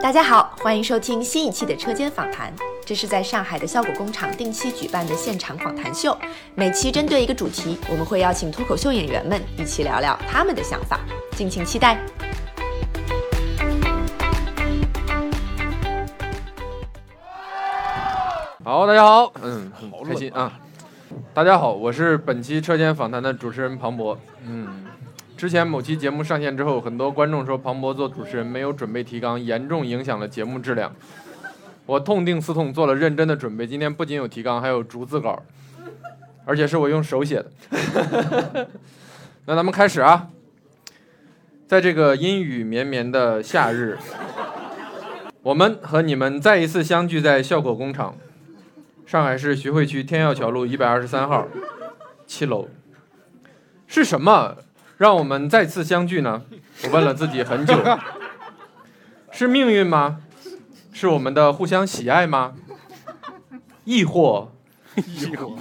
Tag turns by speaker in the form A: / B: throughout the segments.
A: 大家好，欢迎收听新一期的车间访谈。这是在上海的效果工厂定期举办的现场访谈秀，每期针对一个主题，我们会邀请脱口秀演员们一起聊聊他们的想法，敬请期待。
B: 好，大家好，嗯，很开心啊！大家好，我是本期车间访谈的主持人庞博。嗯，之前某期节目上线之后，很多观众说庞博做主持人没有准备提纲，严重影响了节目质量。我痛定思痛，做了认真的准备，今天不仅有提纲，还有逐字稿，而且是我用手写的。 那咱们开始啊，在这个阴雨绵绵的夏日，我们和你们再一次相聚在效果工厂。上海市徐汇区天耀桥路一百二十三号七楼。是什么让我们再次相聚呢？我问了自己很久。是命运吗？是我们的互相喜爱吗？亦或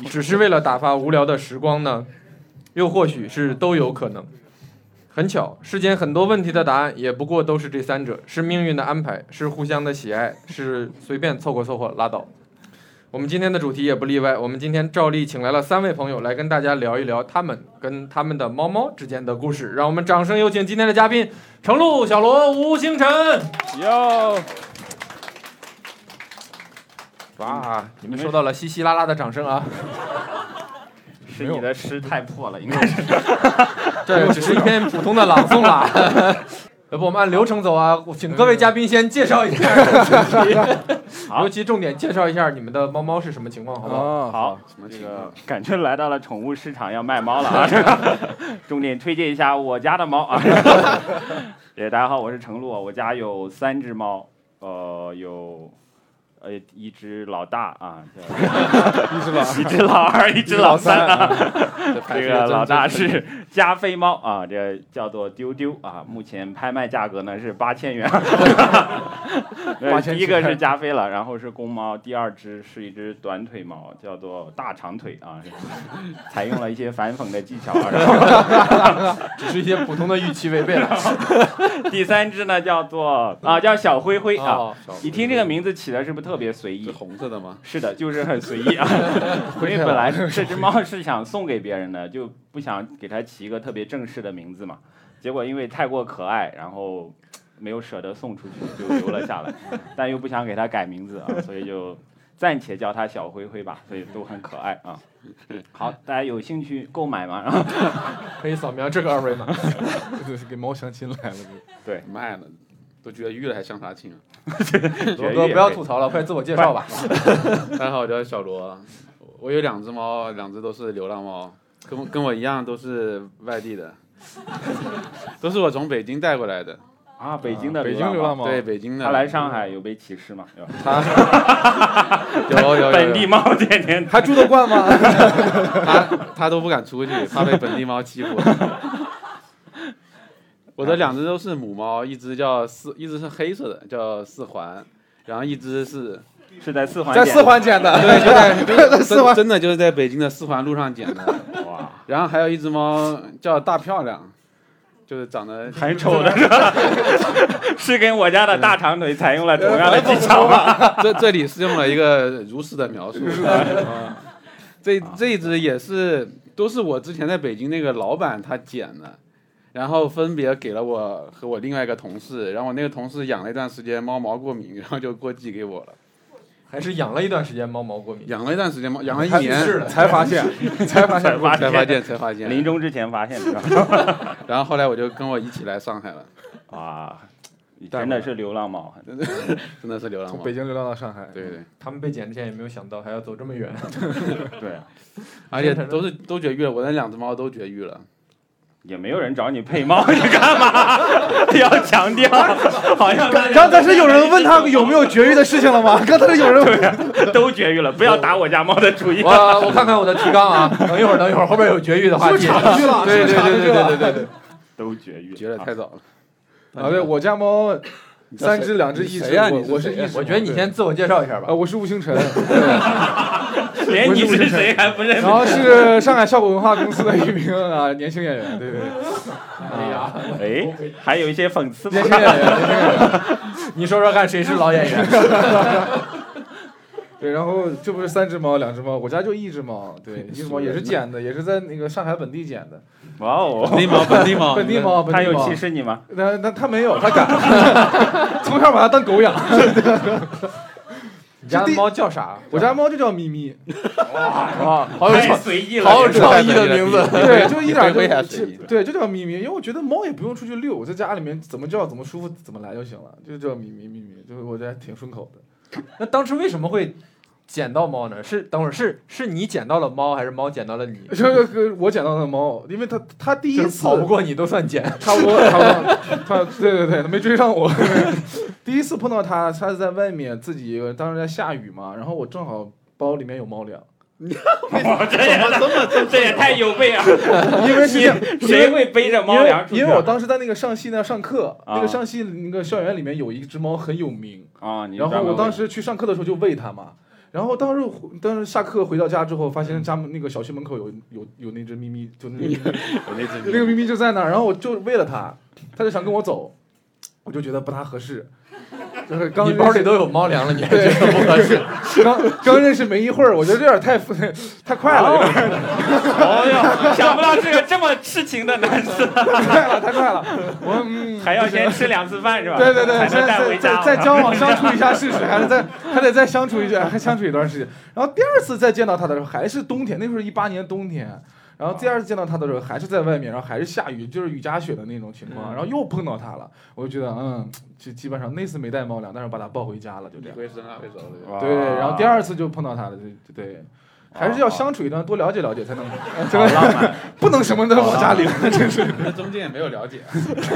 B: 只是为了打发无聊的时光呢？又或许是都有可能。很巧，世间很多问题的答案也不过都是这三者：是命运的安排，是互相的喜爱，是随便凑合凑合拉倒。我们今天的主题也不例外，我们今天照例请来了三位朋友来跟大家聊一聊他们跟他们的猫猫之间的故事。让我们掌声有请今天的嘉宾程璐、小罗、吴星辰。
C: 哟，
B: 哇，你们收到了稀稀拉拉的掌声 啊！
C: 是你的诗太破了，应该是。
B: 这只是一篇普通的朗诵啦。要呃不我们按流程走啊，请各位嘉宾先介绍一下主 题，
C: 好
B: 尤其重点介绍一下你们的猫猫是什么情况，好不好？
D: 哦，
C: 好，这个感觉来到了宠物市场要卖猫了啊！这 个重点推荐一下我家的猫啊。 对，大家好，我是程璐，啊我家有三只猫，呃，有呃一只老大啊，叫
D: 一只 老
C: 一只老二，一只老三啊。
B: 这
C: 这个老大是 加菲猫啊，这叫做丢丢啊，目前拍卖价格呢是八千元。呃
D: 8000
C: 第一个是加菲了，然后是公猫，第二只是一只短腿猫，叫做大长腿啊， 采用了一些反讽的技巧啊。然后
B: 只是一些普通的预期违背了。
C: 第三只呢叫做啊叫小灰灰啊，
B: 哦
C: 你听这个名字起的是不是特别随意
D: 是？红色的吗？
C: 是的，就是很随 意啊，因为本来这只猫是想送给别人的，就不想给它起一个特别正式的名字嘛。结果因为太过可爱，然后没有舍得送出去，就留了下 来，但又不想给它改名字啊，所以就暂且叫它小灰灰吧。所以都很可爱 啊。好，大家有兴趣购买吗？
B: 可以扫描这个二 维码。
D: 给猫相亲来了，卖了，都绝育了还相啥亲啊？
B: 罗哥不要吐槽了，快自我介绍吧。
D: 大家好，我叫小罗，我有两只猫，两只都是流浪猫，跟我跟我一样都是外地的， 都是我从北京带过来的。
C: 啊！北京的
E: 北京流浪
C: 猫，
E: 猫，
D: 对，，北京的。
C: 它来上海有被歧视吗？有
D: 有有有 有
C: 本地猫天天
E: 还住得惯吗？
D: 他他都不敢 出去，怕被本地猫欺负。 我的两只都是母猫，一只叫四，一只是黑色的，叫四环，然后一只是
C: 是在四环
E: 在
C: 捡
E: 四环捡的，对， 就在四
D: 真
E: 环。
D: 真的就是在北京的四环路上捡的。
C: 哇，
D: 然后还有一只猫叫大漂亮，就是长得
C: 很丑的是吧？ 是跟我家的大长腿采用了同样的技巧吗？
D: 这这里是用了一个如实的描述。啊 这这一只也是都是我之前在北京那个老板他捡的，然后分别给了我和我另外一个同事，然后我那个同事养了一段时间猫毛过敏，然后就过寄给我了。
B: 还是养了一段时间猫毛过敏，
D: 养了一段时间猫，养了一
E: 还
D: 年，
B: 了
E: 才发现， 才发现，
C: 发
D: 才发现才发
C: 临
D: 现。
C: 终之前发现的。
D: 然后后来我就跟我一起来上海了，
C: 哇，真的是流浪猫，
D: 真的是流浪
E: 从
D: 猫哎
E: 北。京流浪到上海。
D: 对对，
B: 他们被剪之前也没有想到还要走这么 远。
C: 对，
D: 而且都是都绝育了，我那两只猫都绝育了。
C: 也没有人找你配猫， 你干嘛要强 调？好像大家
E: 刚才是有人问他有没有绝育的事情 了吗？刚才是有人 问，
C: 都绝育了，不要打我家猫的主意。
B: 我我看看我的提纲啊，等一会儿，等一会儿，后边有绝育的话题。
E: 插去了，
B: 对对
E: 是不是插
B: 对
E: 进
B: 对
E: 去
B: 对
E: 了
B: 对对对，
C: 都绝育，
D: 绝得太早了。
E: 啊，对我家猫三只，两只，一只，
D: 谁呀你是
E: 我我是
D: 谁呀
E: 一只，
B: 呃啊我觉得你先自我介绍一下
E: 啊，
B: 吧。
E: 我是吴星辰，
C: 啊连你是谁还不认识
B: 然。后是上海效果文化公司的一名啊年轻演员，对对对，
F: 哎呀，
C: 哎，还有一些讽刺
B: 年轻演
C: 吧。
B: 员，年轻演员，
F: 你说说看，谁是老演员？
B: 对，然后这不是三只猫，两只猫，我家就一只猫，对，一只猫也是捡的，也是在那个上海本地捡的，
C: 哇哦，
D: 本地猫，本地猫，
B: 本地猫，本
C: 他
B: 地
C: 有
B: 猫
C: 歧，视你吗？
B: 那那他没有，他敢， 从小把它当狗养，
F: 你家的猫叫啥？
B: 我家猫就叫咪咪，
F: 啊，好有
C: 太
F: 创，
C: 随意了，
F: 好有
C: 这个
F: 创意的名字。
B: 对，就一点
D: 你回答
B: 儿
D: 随意
B: 就对，就叫咪咪，因为我觉得猫也不用出去遛，在家里面怎么叫怎么舒服怎么来就行了，就叫咪咪咪咪，就是我觉得还挺顺口的。
F: 那当时为什么会捡到猫呢？是等会儿是是你捡到了猫，还是猫捡到了你？
B: 这个我捡到的猫，因为它它第一
F: 就是
B: 次
F: 跑不过你都算捡。
B: 差不多，差不多， 他对对对，他没追上我。 第一次碰到他，他是在外面自己一个人，当时在下雨嘛，然后我正好包里面有 猫粮，
C: 哇 这也这也太有备啊！
B: 因为是这样，
C: 谁会背着
B: 因
C: 猫
B: 为
C: 粮出去啊？
B: 因为我当时在那个上戏那上课，
C: 啊
B: 那个上戏那个校园里面有一只猫很有名，
C: 啊，你
B: 然后我当
C: 时
B: 时去上课的时候就喂它嘛。然后当时回，当时下课回到家之后，发现家门那个小区门口有有有那只咪咪，就那个那个咪咪就在那儿，然后我就为了它，它就想跟我走，我就觉得不大合适，就是刚
F: 你
B: 认识
F: 包里都有猫粮了，你还
B: 对
F: 觉得不合适？
B: 刚刚认识没一会儿，我觉得这有点太太快了，有点
C: 哦哟， 想不到是个这么痴情的男子，
B: 太快了，太快了。我嗯，
C: 还要先吃两次饭是 吧？
B: 对对对，
C: 才
B: 再
C: 能带回
B: 再
C: 家。
B: 再再交往相处一下试试，还得再还得再相处一下，还相处一段时间。然后第二次再见到他的时候，还是冬天，那时候一八年冬天。然后第二次见到他的时候，还是在外面，然后还是下雨，就是雨夹雪的那种情况。
C: 嗯
B: 然后又碰到他了，我就觉得嗯，就基本上那次没带猫粮，但是把他抱回家了，就这样。
D: 回生二回熟的
C: 哇
B: 对，然后第二次就碰到他了，就对，还是要相处一段，多了解了解才能，才
C: 好
B: 能
C: 浪漫，
B: 不能什么都往家里，真是
D: 那中间也没有了 解，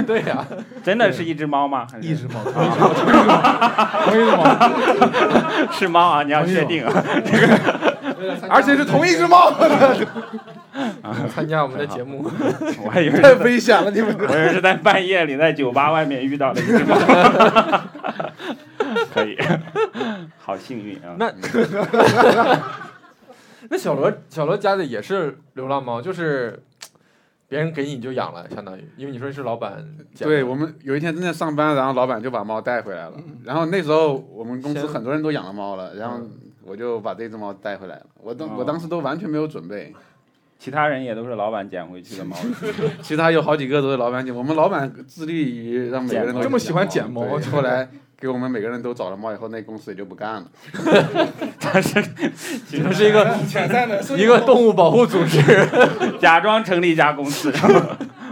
F: 对呀、
C: 真的是一只猫吗？还是
B: 一只猫， 同一只猫，同一只猫，
C: 是猫啊，你要确定啊。
B: 而且是同一只猫，
F: 参加我们的节目，
C: 我还以为
B: 太
C: 是
B: 危险了，你们
C: 我以为是在半夜里在酒吧外面遇到的一只猫。 可以，好幸运啊！
F: 那 那小罗小罗家的也是流浪猫，就是别人给你就养了，相当于，因为你说是老板捡的
D: 对我们有一天正在上班，然后老板就把猫带回来了。然后那时候我们公司
F: 嗯先嗯
D: 很多人都养了猫了，然后我就把这只猫带回来了。我
F: 哦
D: 当我当时都完全没有准备，
C: 其他人也都是老板捡 回去的猫。
D: 其他有好几个都是老板捡。我们老板致力于让每个人都
B: 这么喜欢捡猫
D: 对后来给我们每个人都找了猫以后，那公司也就不干了。
C: 他是
F: 你们是一个
B: 潜在的
F: 一个动物保护组 织，
C: 假装成立一家公司，然后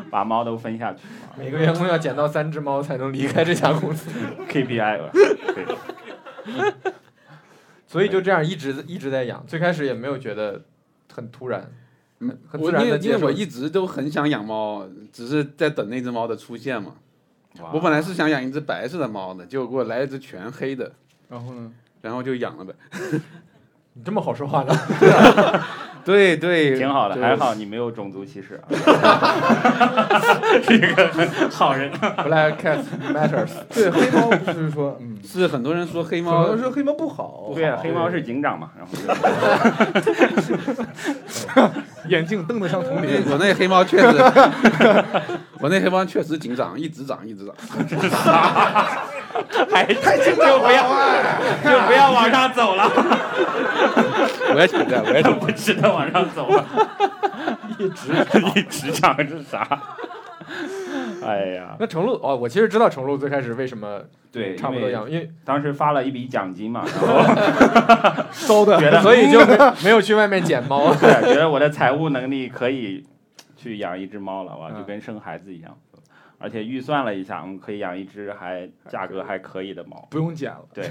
C: 把猫都分下去
F: 每个员工要捡到三只猫才能离开这家公司，
C: ，KPI 了。对
F: 所以就这样一直一直在养，最开始也没有觉得很突然，
D: 嗯
F: 很自
D: 我
F: 然
D: 因为
F: 地接
D: 因为
F: 受
D: 我一直都很想养猫，只是在等那只猫的出现嘛。
F: 啊
C: 哇
D: 我本来是想养一只白色的猫的，结果给我来一只全黑的，
B: 然后呢？
D: 然后就养了呗。
F: 你这么好说话呢？
D: 对对，
C: 挺好的，
D: 对
C: 还好你没有种族歧视 啊，是一个很好人。
F: Black cat matters。
B: 对，黑猫不是说，嗯，
D: 是很多人说黑
B: 有
D: 猫
B: 人，说黑猫不好，
C: 对啊，黑猫是警长嘛，然后就
B: 眼镜瞪得像铜铃，
D: 我那黑猫确实，我那黑猫确实紧张，一直长一直长。
C: 还 就不要就不要往上走了，
D: 我也想在，我也 想
C: 不值得往上走了， 一直 一直长是 啥？哎呀，
F: 那程璐哦，我其实知道程璐最开始为什么
C: 对，
F: 差不多
C: 因为
F: 养，因为
C: 当时发了一笔奖金嘛，然后
B: 烧的，
C: 觉得嗯
F: 所以就没没有去外面捡猫。
C: 对觉得我的财务能力可以去养一只猫了，哇，
F: 嗯
C: 就跟生孩子一样。而且预算了一下，我嗯们可以养一只还价格还可以的猫，
B: 不用剪了，
C: 对，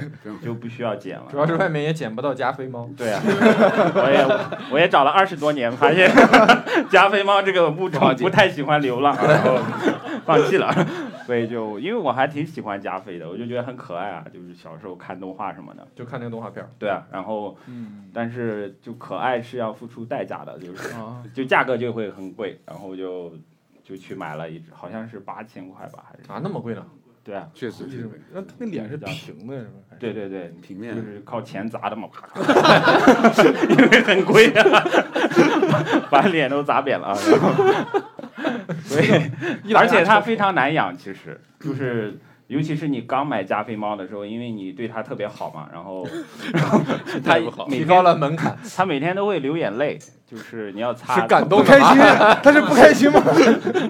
C: 就不需要剪了。
F: 主要是外面也捡不到加菲猫，
C: 对啊，我也我也找了二十多年，发现加菲猫这个物
D: 不好
C: 种
D: 解
C: 不太喜欢流浪，然后放弃了。 所以就因为我还挺喜欢加菲的，我就觉得很可爱啊，就是小时候看动画什么的。
F: 就看那个动画片儿。
C: 对啊，然后
B: 嗯
C: 但是就可爱是要付出代价的，就是
B: 啊，
C: 就价格就会很贵，然后就就去买了一只，好像是八千块吧，还是
F: 啊，那么贵呢？
C: 对啊，
D: 确实
E: 一直
D: 是
E: 没。那他那脸是平的，是吧？还是
C: 对对对，
D: 平
C: 就
D: 面。
C: 是靠钱砸的嘛，啪 啪啪因为很贵啊，把脸都砸扁了啊。所以，而且它非常难养，其实就是。尤其是你刚买加菲猫的时候，因为你对它特别好嘛，然后，然
D: 不
C: 后它
D: 好
C: 每
B: 提
C: 天
B: 高了门槛，
C: 它每天都会流眼泪，就是你要擦，
B: 是感
E: 不
B: 动
E: 开
B: 的
E: 心
B: 吗？，
E: 他是不开心吗？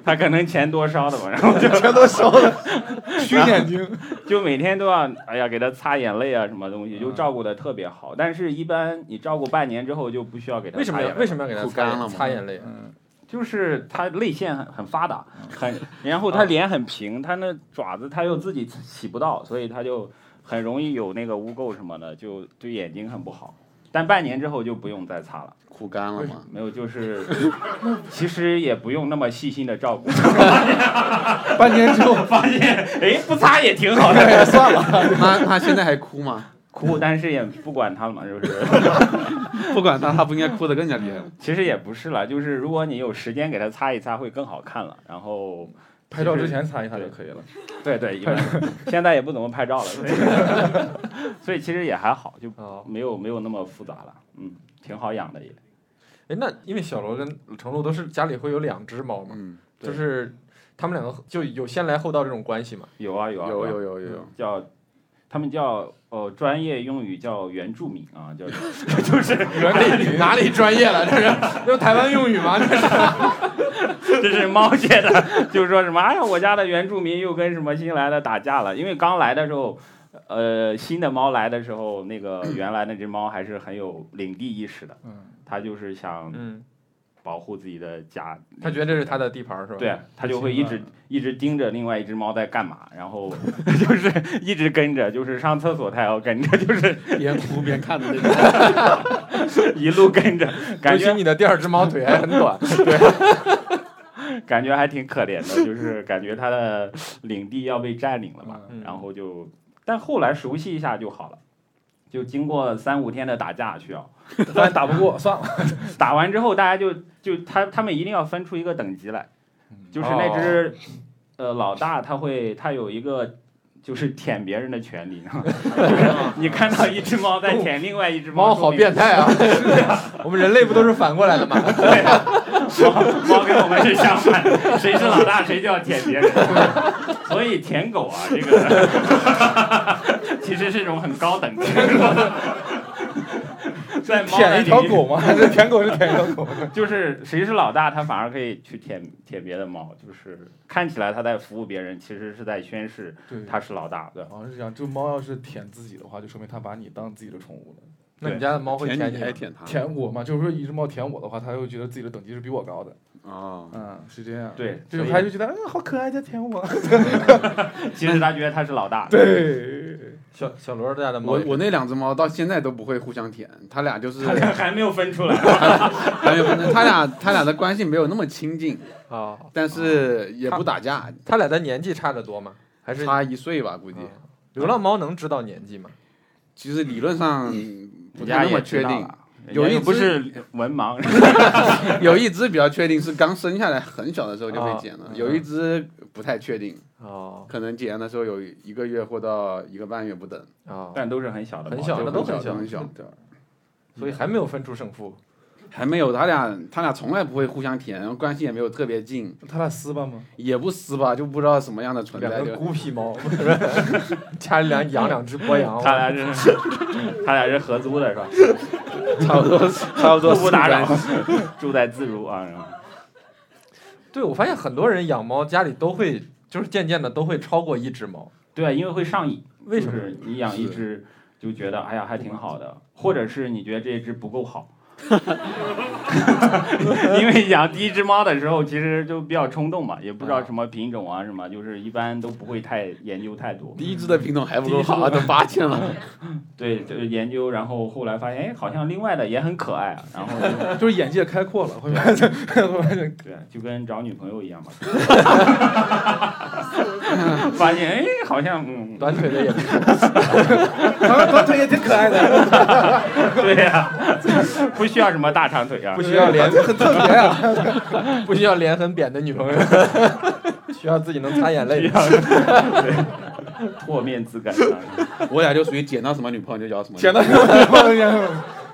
C: 它可能钱多烧的嘛，然后 就
E: 全都烧了，虚眼睛。
C: 就每天都要，哎呀，给它擦眼泪啊，什么东西，就照顾的特别好。但是，一般你照顾半年之后就不需要给它
B: 为什
C: 擦
B: 么
C: 眼
B: 要
C: 泪。
B: 为什么要给他
D: 哭
B: 擦
D: 干了
B: 眼
D: 吗
B: 擦眼泪？
E: 嗯，
C: 就是它泪腺很很发达， 很，然后
B: 嗯
C: 它脸很平，它那爪子它又自己洗不到，所以它就很容易有那个污垢什么的，就对眼睛很不好。但半年之后就不用再擦了，
D: 哭干了吗？
C: 没有，就是其实也不用那么细心的照顾，
E: 半年之后
C: 发现哎不擦也挺好的，
E: 算了，
D: 那那现在还哭吗？
C: 哭，但是也不管它了嘛，就是。
D: 不管他，他不应该哭得更加厉害吗？
C: 其实也不是啦，就是如果你有时间给它擦一擦，会更好看了。然后，
E: 拍照之前擦一下就可以了。
C: 对对，一般 现在也不怎么拍照了，所以所以其实也还好，就
B: 哦，
C: 没有没有那么复杂了。嗯，挺好养的也。
B: 哎，那因为小罗跟程璐都是家里会有两只猫嘛，
D: 嗯，
C: 对
B: 就是他们两个就有先来后到这种关 系嘛。
C: 有啊有啊，
D: 有有有有有。
C: 叫他们叫呃专业用语叫原住民啊，叫就是
B: 哪里哪里专业了？这是用台湾用语吗？这是
C: 这是猫界的，就是说什么哎呀，我家的原住民又跟什么新来的打架了，因为刚来的时候。呃，新的猫来的时候，那个原来那只猫还是很有领地意识的，
E: 嗯，
C: 它就是想
B: 嗯，
C: 保护自己的家。
B: 他觉得这是他的地盘儿是吧？
C: 对，它就会一直
E: 习
C: 一直盯着另外一只猫在干嘛，然后 就是一直跟着，就是上厕所它也要跟着，就是
D: 边哭边看的那种。
C: 一路跟着，感
B: 尤其
C: 觉
B: 你的第二只猫腿还很短，
C: 感觉还挺可怜的，就是感觉它的领地要被占领了吧，
B: 嗯
C: 然后就，但后来熟悉一下就好了。就经过三五天的打架，需要
E: 发现打不 过，算了。
C: 打完之后，大家就就他他们一定要分出一个等级来，
B: 嗯
C: 就是
B: 哦
C: 那只、呃老大，他会他有一个就是舔别人的权利， 你看到一只猫在舔另外一只
B: 猫
C: 说
B: 好
C: 明
B: 变态啊！我们人类不都是反过来的吗？
C: 猫猫啊跟我们是相反，谁是老大谁就要舔 别人，所以舔狗啊，这个其实是一种很高等级 的。在猫的
E: 舔一条
C: 领域
E: 狗吗？这舔狗是舔一条狗。
C: 就是谁是老大，他反而可以去舔舔别的猫，就是看起来他在服务别人，其实是在宣示
E: 对
C: 他是老大，对吧？
E: 好像是这样，这猫要是舔自己的话，就说明它把你当自己的宠物了。
B: 那你家的猫会
D: 舔
B: 舔
D: 你
B: 你
D: 还
B: 吗？
D: 舔他？
E: 舔我嘛，就是说一只猫舔我的话，它会觉得自己的等级是比我高的。
D: 啊，
E: 嗯，是这样。，
C: 对，
E: 就是
C: 所
E: 还
C: 以
E: 就觉得嗯好可爱，在舔我。
C: 其实他觉得他是老大，
E: 对，
B: 小小罗家的猫
D: 我我那两只猫到现在都不会互相舔，它俩就是
C: 他俩还没有分出来。
D: 还有，它俩它俩的关系没有那么亲近，
B: 啊，
D: 但是也不打架，
B: 他俩的年纪差得多吗？还是
D: 差一岁吧，估计
B: 啊。流浪猫能知道年纪吗？
D: 其实理论上不
C: 人
D: 太
C: 家
D: 那么
C: 也
D: 确
C: 知道
D: 定，
C: 了，
D: 有
C: 人家
D: 一
C: 又不
D: 只
C: 是文盲，
D: 有一只比较确定是刚生下来很小的时候就被剪
B: 啊
D: 了，
B: 嗯
D: 有一只不太确定，
E: 啊
B: 哦
D: 可能剪的时候有一个月或到一个半月不等，
B: 哦，
C: 但都是很小的猫，
B: 很小
C: 就
B: 那
D: 很
B: 都
D: 小
B: 小
D: 很小，
B: 所以还没有分出胜负。
D: 还没有他俩他俩从来不会互相舔，关系也没有特别近，
E: 它俩撕吧吗？
D: 也不撕吧，就不知道什么样的存
B: 两
D: 在，
B: 个
D: 就
B: 孤僻猫， 不是家里两养两只博洋，
C: 他俩是他俩是合租的是吧？
D: 差不多差不多
C: 互不打扰
D: 四五百，
C: 住在自如啊。然后
B: 对，我发现很多人养猫家里都会，就是渐渐的都会超过一只猫。
C: 对啊，因为会上瘾。
B: 为什么
C: 就是你养一只就觉得哎呀还挺好的，或者是你觉得这只不够 好。因为养第一只猫的时候，其实就比较冲动嘛，也不知道什么品种啊什么，就是一般都不会太研究太多。
D: 第一只的品种还 不够好啊，都八千了，
C: 对，就是研究，然后后来发现，哎，好像另外的也很可爱啊，然后就
E: 就是眼界开阔了，会发现会发现
C: 对，就跟找女朋友一样嘛。发现哎，好像嗯，
B: 短腿的也不错，
E: 啊 短腿也挺可爱的，
C: 对呀、不需要什么大长腿 啊
B: 不，需要脸很特别啊，不需要脸很扁的女朋友。
A: 需要自己能擦眼泪。
C: 唾面自感。啊
D: 我俩就属于捡到什么女朋友就咬什么。
B: 捡到什么女朋友？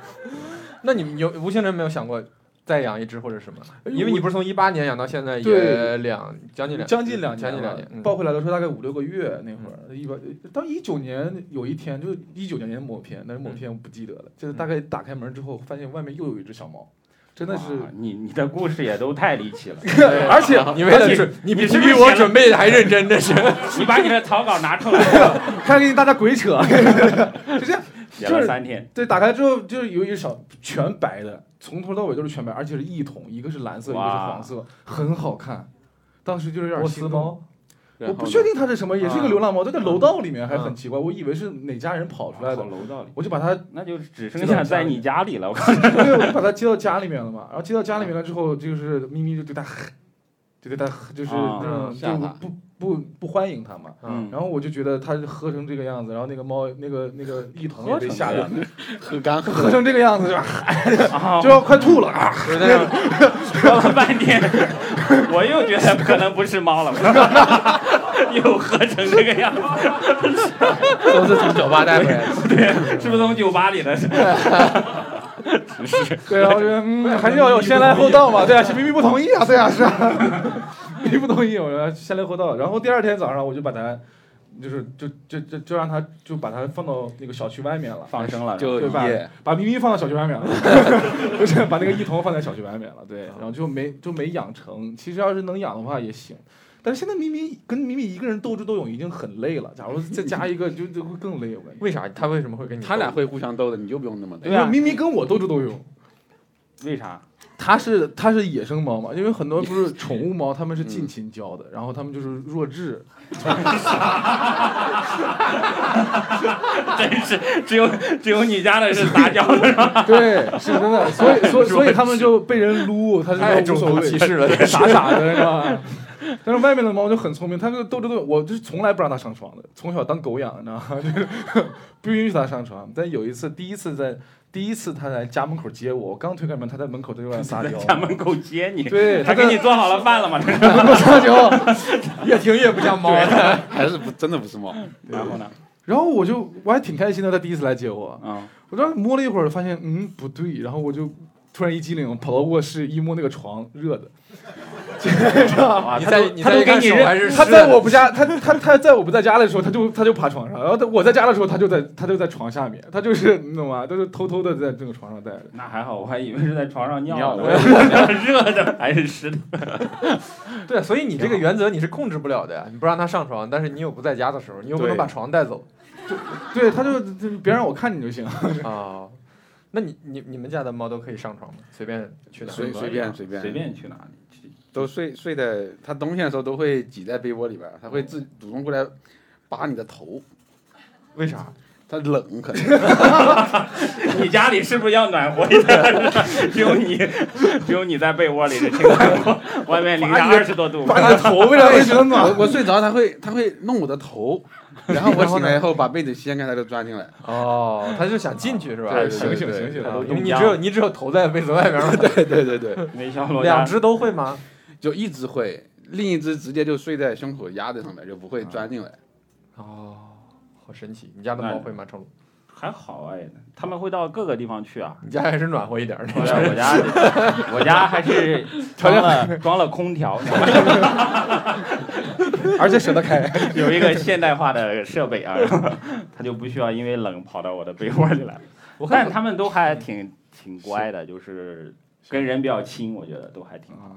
A: 那你们有无性人没有想过再养一只或者什么？因为你不是从一八年养到现在也
B: 哎对
A: 两将近两
B: 将近两
A: 将
B: 年
A: 近
B: 了
A: 两年，嗯
B: 报回来的时候大概五六个月那会儿，一八到一九年有一天，就是一九年的某篇，但是某篇我不记得了，就是大概打开门之后，发现外面又有一只小猫， 真的是
C: 哇你你的故事也都太离奇了，
B: 而且
A: 你为了
C: 而且
A: 准，你
C: 你
A: 比
C: 是不
A: 比
C: 是
A: 我
C: 写了
A: 准备的还认真，这是。
C: 你把你的草稿 拿出来，
B: 开始给大家鬼扯， 就这样，
C: 写了三天，
B: 对，打开之后就是有一小全白的，从头到尾都是全白，而且是一桶，一个是蓝色，一个是
C: 哇
B: 黄色，很好看。当时就是有点
A: 波
B: 心
A: 斯
B: 动
A: 猫，
B: 我不确定它是什么，也是一个流浪猫，就在楼道里面，还
A: 嗯
B: 很奇怪，我以为是哪家人跑出来的
C: 好，楼道里，
B: 我就把它，
C: 那就只剩下在你家里了。我靠，
B: 对，我就把它接到家里面了
D: 嗯
B: 嘛。然后接到家里面了之后，就是咪咪就对它， 就对它，就是
C: 啊
B: 那种
D: 吓
B: 就
D: 它
B: 不不不欢迎它嘛。
C: 嗯，
B: 然后我就觉得它喝成这个样子，然后那个猫那个那个一疼也被
C: 喝成
B: 吓
C: 这
B: 得
C: 样
D: 嗯喝干 喝
B: 喝成这个样子就
C: 啊
B: 就要快吐了 啊！
A: 就是那种
C: 说了半天， 我又觉得可能不是猫了， 又喝成这个样子，
D: 都是从酒吧带回来的。
C: 对，是不是从酒吧里 的？
B: 对， 然后就嗯，还是要有先来后到嘛，对啊，咪咪不同意啊，对啊，是啊， 咪咪不同意，我说先来后到。然后第二天早上我就把它，就是就就就就让它就把它放到那个小区外面了。
C: 放生了，
D: 就
B: 对吧
D: 也？
B: 把咪咪放到小区外面了， 不是把那个一童放在小区外面了，对，然后就没就没养成。其实要是能养的话也行，但是现在咪咪跟咪咪一个人斗智斗勇已经很累了，假如再加一个就就会更累，我感觉。
A: 为啥他为什么会跟你？
D: 他俩会互相斗的，你就不用那 么
B: 因
D: 累。
A: 啊
B: 为咪咪跟我斗智斗勇，
C: 为啥？
B: 它是它是野生猫嘛，因为很多不是宠物猫，它们是近亲交的，然后它们就是弱智，
C: 真是只有只有你家的是杂交的，是吧？
B: 对，是真的，所 以所以所以它们就被人撸， 它
A: 太
B: 就
A: 种
B: 无所
A: 族歧
B: 谓，
A: 视了，
B: 傻傻的是吧？ 但是外面的猫就很聪明，它就斗智斗勇，我就是从来不让它上床的，从小当狗养，你知道吗？ 就是不允许它上床。但有一次，第一次在第一次它来家门口接我，我刚推开门，它 在门口就有点撒娇，
C: 家门口接你，
B: 对
C: 他
B: 他
C: 给
B: 在
C: 你做好了饭了吗？
B: 门口撒娇，
A: 越听越不像猫了。
D: 还是不真的不是猫，
C: 然后呢？
B: 然后我就我还挺开心的，它第一次来接我，
C: 嗯，
B: 我当时摸了一会儿，发现嗯不对，然后我就突然一激灵，跑到卧室一摸那个床，热的。
C: 哇，
A: 你
C: 他
A: 再
C: 都
A: 你
C: 他
A: 再
C: 都
A: 一
C: 给
A: 看
C: 嗯你
A: 手
C: 扔
A: 还是
B: 他
A: 湿
B: 在
A: 的
B: 我不家，他他他在我不在家的时候，他就他就爬床上，然后他我在家的时候，他就在他就在床下面，他就是你懂吗？他就偷偷的在这个床上待着。
C: 那还好，我还以为是在床上
D: 尿
C: 尿
D: 了
C: 呢， 热的还是湿的。
A: 对，所以你这个原则你是控制不了的呀，你不让它上床，但是你有不在家的时候，你又不能
B: 对
A: 把床带走
B: 对，他就就别让我看见就行。
A: 啊。那你你你们家的猫都可以上床吗？随便去哪儿？
D: 随随便随便
C: 随便去哪里，
D: 都睡睡的，它冬天的时候都会挤在被窝里边儿，它会自主动过来拔你的头，
A: 为啥？
D: 它冷可能。
C: 你家里是不是要暖和一点？ 只有你，只有你在被窝里是挺暖和， 外面零下二十多度。
B: 把他头为啥会觉得暖
D: 我？我睡着，它会它会弄我的头， 然后我醒来以后把被子掀开，它就钻进来。
A: 哦，它就想进去是吧？
D: 对
B: 醒醒醒醒！
A: 啊
C: 都
A: 因为
C: 一
A: 你
C: 样
A: 只有你只有头在被子外面 嘛。
D: 对对对对，
C: 梅小罗
A: 两
C: 家
A: 只都会吗？
D: 就一直会，另一只直接就睡在胸口压在上面，就不会钻进来。
A: 哦，好神奇！你家的猫会吗？成龙，
C: 还好哎，他们会到各个地方去啊。
A: 你家还是暖和一点儿
C: 我 家我家我家还是装了装了空调，
B: 而且舍得 开。
C: 有一个现代化的设备啊， 它就不需要因为冷跑到我的被窝里来。
A: 我看
C: 但他们都还挺挺乖的，就是跟人比较亲，我觉得都还挺
D: 啊
C: 好。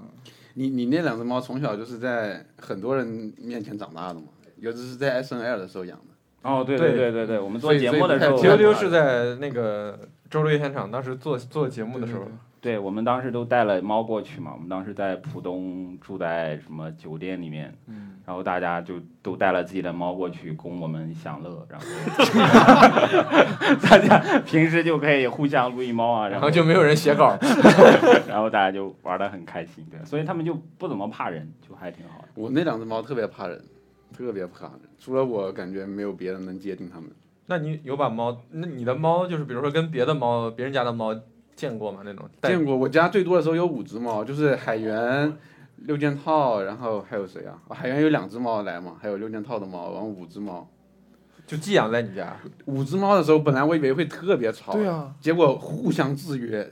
D: 你你那两只猫从小就是在很多人面前长大的嘛，尤其是在 S N L 的时候养的。
C: 哦，对
A: 对
C: 对对对，我们做
D: 所以
C: 节
D: 所以
C: 目
D: 不
C: 的
D: 太啊
C: 时候，
D: 我
A: 丢丢是在那个周六夜现场，当时做做节目的时候
B: 对对，
C: 对我们当时都带了猫过去嘛，我们当时在浦东住在什么酒店里面，然后大家就都带了自己的猫过去供我们享乐，然后 大家平时就可以互相撸一猫啊，然
A: 然
C: 后
A: 后就没有人写 稿。
C: 然后大家就玩的很开心，对，所以他们就不怎么怕人，就还挺好的。
D: 我那两只猫特别怕人，特别怕人，除了我感觉没有别人能接近它们。
A: 那你有把猫？那你的猫就是，比如说跟别的猫、别人家的猫见过吗？那种带
D: 见过我家最多的时候有五只猫，就是海源、六件套，然后还有谁啊？哦海源有两只猫来嘛，还有六件套的猫，然后五只猫。
B: 就寄养在你家，
D: 五只猫的时候，本来我以为会特别吵，
E: 对啊，
D: 结果互相制约，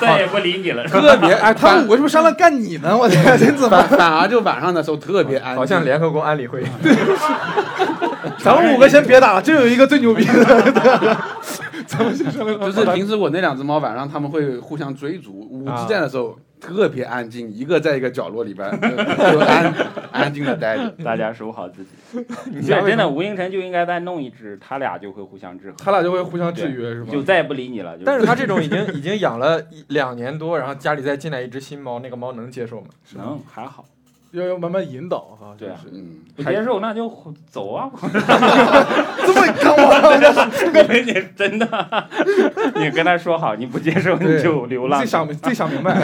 C: 再也不理你了。
D: 特别 哎，
E: 他们
D: 反
E: 我这不商量干你呢，我天，这怎么？
D: 反反而就晚上的时候特别安静，
B: 好像联合国安理会。
E: 咱
D: 哎
E: 们五个先别打了，这有一个最牛 逼的，咱们先商量。
D: 就是平时我那两只猫晚上他们会互相追逐，五只在的时候特别安静，一个在一个角落里边就就安 安静的待着。
C: 大家守 好自己。对，真的，吴映辰就应该再弄一只，他俩就会互相制
E: 他
C: 衡，
E: 俩就会互相制约，是吗？
C: 就再也不理你了。就
B: 但是他这种已经已 经养了一两年多，然后家里再进来一只新猫，那个猫能接受吗？
C: 能还好，
E: 要要慢慢引导哈。
C: 对啊
E: 就是
D: 嗯，
C: 不接受那就走啊！
E: 这么刚我，
C: 你真的，你跟他说好，你不接受你就流浪
E: 最。 想最想明白，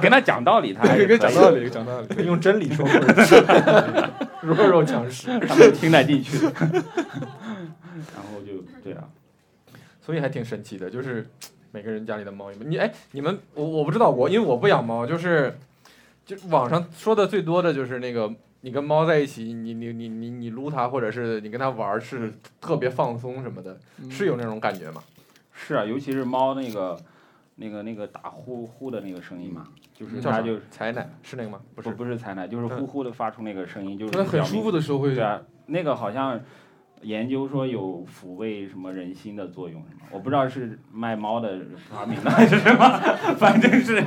C: 跟他讲道理，他还
E: 给
C: 是
E: 给
C: 可
E: 哎讲
C: 以
E: 道理，讲道理。
B: 用真理说故事， 弱肉强食，
C: 他们听得进去。 然后就对啊，
B: 所以还挺神奇的，就是每个人家里的猫有没有你哎，你们我我不知道，我因为我不养猫，就是就网上说的最多的就是那个。你跟猫在一起，你你你你你撸它，或者是你跟它玩儿，是特别放松什么的，
D: 嗯
C: 嗯
B: 是有那种感觉吗？
C: 是啊，尤其是猫那个、那个、那个打呼呼的那个声音嘛，就是
B: 嗯叫
C: 它
B: 啥
C: 就是
B: 采奶是那个吗？不
C: 不
B: 是，
C: 不是采奶，就是呼呼的发出那个声音，就是
E: 那很舒服
C: 的。
E: 的时候会
C: 对，啊，那个好像研究说有抚慰什么人心的作用什么，我不知道是卖猫的发明的 还是什么，反正是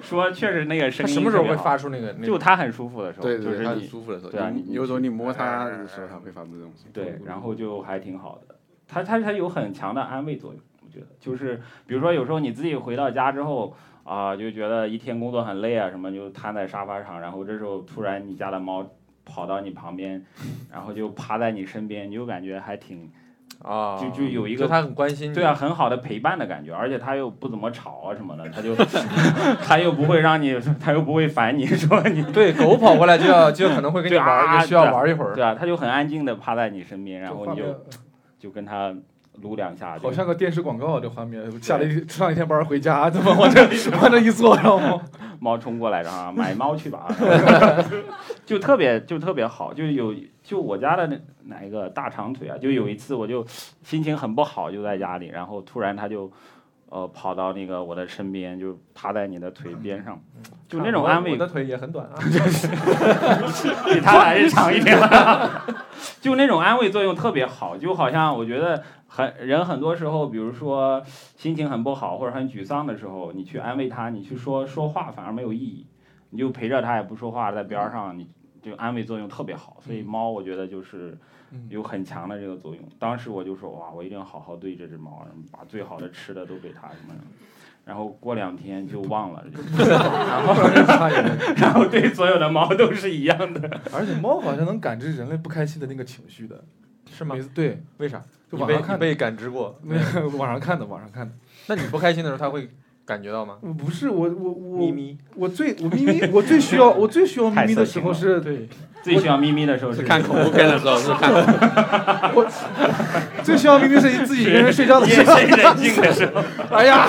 C: 说确实那个
B: 它
C: 声音
B: 什么时候
C: 特别
B: 会
C: 好？
B: 发出那个？那个
C: 就它很舒服的时候，
D: 对对
C: 就
D: 对，
C: 是
D: 它很
C: 你
D: 舒服的时候，
C: 对啊
D: 你哎
C: 你
D: 有时候你摸它的时候，它会发出这种声音。
C: 对，然后就还挺好的。它它它有很强的安慰作用，我觉得就是比如说有时候你自己回到家之后啊、就觉得一天工作很累啊，什么就瘫在沙发上，然后这时候突然你家的猫跑到你旁边，然后就趴在你身边，你就感觉还挺
B: 啊，
C: 就就有一个
B: 他很关心你。
C: 对啊，，很好的陪伴的感觉，而且它又不怎么吵啊什么的，它就 它又不会让你，它又不会烦你说你
B: 对狗跑过来就要就可能会跟你
C: 对啊
B: 玩，也需要玩一会儿。
C: 对啊，它就很安静的趴在你身边，然后
E: 画
C: 你
E: 面
C: 就就跟它撸两下，就
E: 好像个电视广告这画面，下了一上一天班回家，怎么往这往这一坐，然后
C: 猫冲过来，然后啊买猫去吧， 就特别就特别好，就有就我家的那哪一个大长腿啊，就有一次我就心情很不好，就在家里，然后突然它就呃跑到那个我的身边，就趴在你的腿边上，
E: 嗯
C: 就那种安慰
B: 我的腿也很短 啊。
C: 比他还是长一点吧 就那种安慰作用特别好，就好像我觉得很人很多时候，比如说心情很不好或者很沮丧的时候，你去安慰他，你去说说话反而没有意义，你就陪着他也不说话，在边儿上你就安慰作用特别好。所以猫我觉得就是有很强的这个作用。当时我就说哇，我一定要好好对这只猫，然后把最好的吃的都给它什么的。然后过两天就忘了，然后然后对所有的猫都是一样的。
E: 而且猫好像能感知人类不开心的那个情绪的，
B: 是吗
E: 每？次对，
B: 为啥？
E: 就
B: 你
E: 网
B: 被
E: 上
B: 你
E: 看的，
B: 被感知过？
E: 网上看的，网上看的。
B: 那你不开心的时候，它会感觉到吗？
E: 我不是我我我
B: 咪咪，
E: 我最我咪咪我最需要我最 需要咪咪的时候是
B: 对，
C: 最需要咪咪的时候是
D: 看恐怖片的时候 是看，
E: 最需要咪咪是自己一个人睡觉的时
C: 夜
E: 候。
C: 深人静的时候，
E: 哎 呀，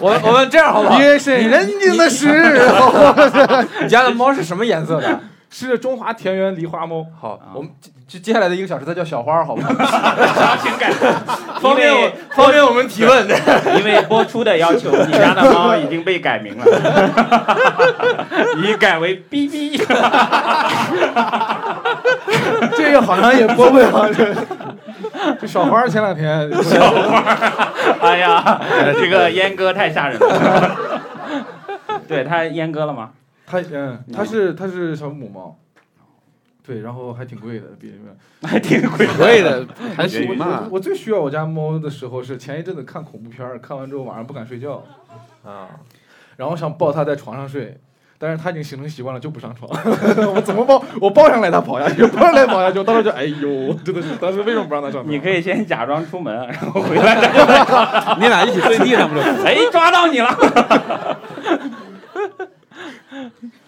B: 我我们这样好不好？
E: 夜深人静的时 候，
B: 你家的猫是什么颜色的？
E: 是中华田园狸花猫。
B: 好
C: 啊，
B: 我们接接接下来的一个小时，它叫小花，好不好？
C: 啥情 感？
B: 方便我方便我们提 问。
C: 因为播出的要求，你家的猫已经被 改名了，已改为 B B。
E: 这个好像也播不
B: 啊
E: 了。这这小花前两天，
C: 哎呀，这个阉割太吓人了。 对他阉割了吗？
E: 它嗯，它是它是小母猫，对，然后还挺贵的，比
C: 还挺贵的。
D: 可以的，还行
E: 我
D: 吧。
E: 我最需要我家猫的时候是前一阵子看恐怖片儿，看完之后晚上不敢睡觉，
B: 啊，
E: 然后想抱它在床上睡，但是它已经形成习惯了，就不 上床。我怎么抱？我抱上来它跑下去，抱上来跑下去，我当时就 哎呦，真的是当时为什么不让它上床？
C: 你可以先假装出门，然后回来再过来。
D: 你俩一起睡地上不就？
C: 哎，抓到你了！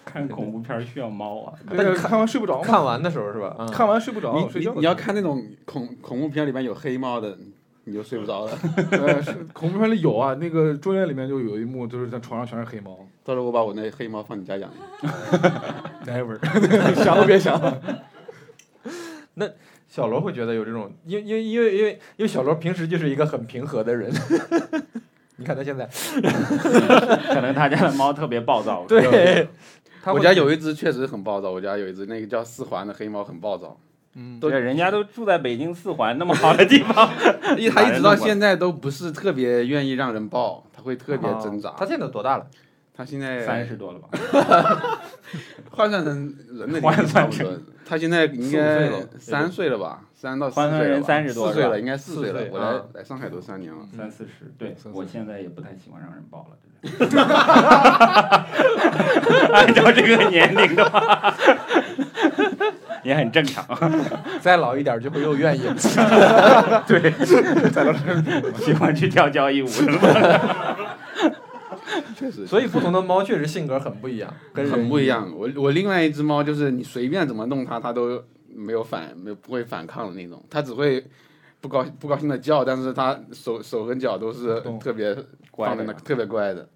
C: 看恐怖片需要猫啊。
E: 那个看完睡不着嘛？
B: 看完的时候是吧？嗯
E: 看完睡不着，
D: 哦你
E: 睡
D: 你
E: 觉
D: 你要看那种恐恐怖片里面有黑猫的，你你就睡不着了。
E: 呃，是恐怖片里有啊，那个《咒怨》里面就有一幕，就是在床上全是黑猫
D: 到时候我把我那黑猫放你家养养。
E: ，never，想 都别想。
B: 小罗会觉得有这种，因因因为因为因为小罗平时就是一个很平和的人， 你看他现在，
C: 可能他家的猫特别暴躁。
B: 对，他
D: 我
B: 会
D: 家有一只确实很暴躁，我家有一只那个叫四环的黑猫很暴躁，
B: 嗯，
C: 对，人家都住在北京四环那么好的地方，
D: 一它一直到现在都不是特别愿意让人抱，它会特别
B: 啊
D: 挣
E: 哦
D: 扎
B: 他。现在多大了？
D: 它现在
C: 三十多 了吧？
D: 换算成人的年
C: 换
D: 龄差
C: 算
D: 不
C: 成
D: 多，它现在应
B: 四五岁
D: 该
B: 了
D: 三岁了吧，三到四岁
C: 换
D: 了
C: 算
D: 吧，
C: 成人30多
D: 四
C: 是
D: 岁
C: 吧
D: 了，应该四岁
B: 四。
D: 了
B: 岁
D: 我
B: 啊
D: 来来上海都三 年了，
C: 三四十，对
E: 三四十
C: 我现在也不太喜欢让人抱了。对不 对按照这个年龄的话，也很正 常。
B: 再老一点就会又愿意了。
C: 喜欢去跳交谊舞是吗？
D: 确实。
B: 所以不同的猫确实性格嗯很不一样，跟人
D: 很不一。样。我我另外一只猫就是你随便怎么弄它，它都没有反，没有不会反抗的那种，它只会不高不高兴的叫，但是它手手和脚都是
E: 懂
D: 特别
C: 乖
D: 放在
C: 的
D: 那，特别乖的，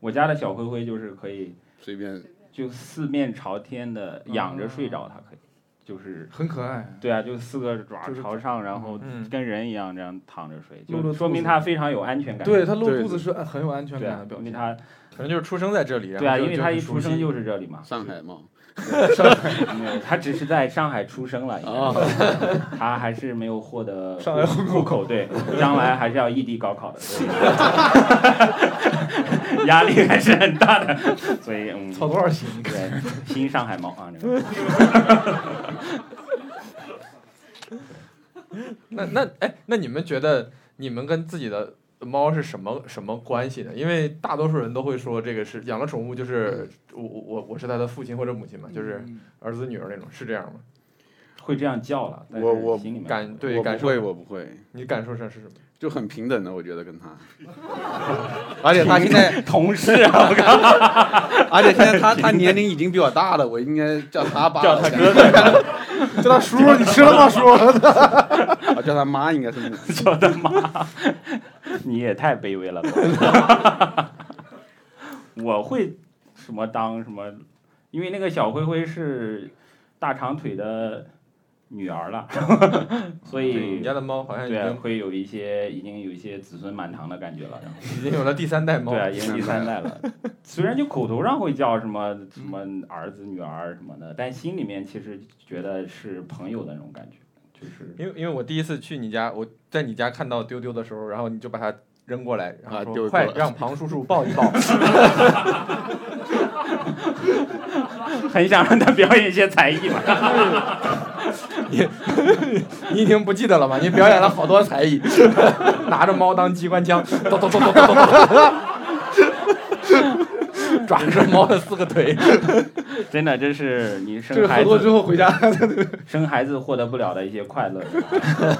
C: 我家的小灰灰就是可以
D: 随便
C: 就四面朝天
E: 哦
C: 的仰着睡着，它可以，就是
E: 很可爱，
C: 对啊，就四个爪
E: 就是
C: 朝上，然后
B: 嗯
C: 跟人一样这样躺着睡，
E: 露露
C: 就说明
E: 肚子
C: 它非常有安全感。
E: 对他露
D: 对
E: 肚子是很有安全
C: 对
E: 感的
C: 啊，
E: 表
C: 因为
E: 现。
C: 它
B: 可能就是出生在这里，然后
C: 对啊，
B: 就
C: 因为它一出
B: 就
C: 生就
B: 很熟悉
C: 是这里嘛，
D: 上海猫。
C: 没有，他只是在上海出生了，应
D: 啊
C: 该是他还是没有获得
E: 上海户
C: 户口，对，将来还是要异地高考的，所以 压力还是很大的，所以 嗯，
E: 操多少心？
C: 对，新上海猫啊，这个
B: 那那哎，那你们觉得你们跟自己的猫是什么什么关系呢？因为大多数人都会说这个是养了宠物就是我我我我是他的父亲或者母亲嘛，就是儿子女儿那种，是这样吗？
C: 会这样叫了，但是
D: 我我
C: 心里面
B: 感对
D: 我不
B: 感受
D: 会，我不会，
B: 你感受上是什么？
D: 就很平等的，我觉得跟它。而且它现 在，
C: 同事啊，我靠，
D: 而且现在它它年龄已经比我大了，我应该叫它爸，
C: 叫
D: 我
C: 他
D: 想
C: 哥哥，
E: 叫他叔，你吃了吗，叔？
D: 我啊叫它妈应该是。
C: 叫他妈， 你也太卑微了吧， 我会什么当什么，因为那个小灰灰是大长腿的女儿了， 所
B: 对，
C: 以
B: 你家的猫好像已
C: 对啊
B: 经
C: 会有一些已经有一些子孙满堂的感觉了，然后
B: 已经有了第三代猫
C: 对，啊，已经第三代了。虽然就口头上会叫什么什么儿子、女儿什么的，但心里面其实觉得是朋友的那种感觉，就是
B: 因为因为我第一次去你家，我在你家看到丢丢的时候，然后你就把它扔过来，然后
D: 啊
B: 说
D: 丢过
B: 快
D: 来
B: 让庞叔叔抱一抱。
C: 很想让他表演一些才艺嘛。
B: 你已经不记得了吧？你表演了好多才艺， 拿着猫当机关枪，咚咚咚咚咚咚咚，抓着猫的四个 腿。
C: 真的，这是你
E: 这是
C: 生
E: 合
C: 孩
E: 作之
C: 子
E: 后回家，
C: 生孩子获得不了的一些快乐，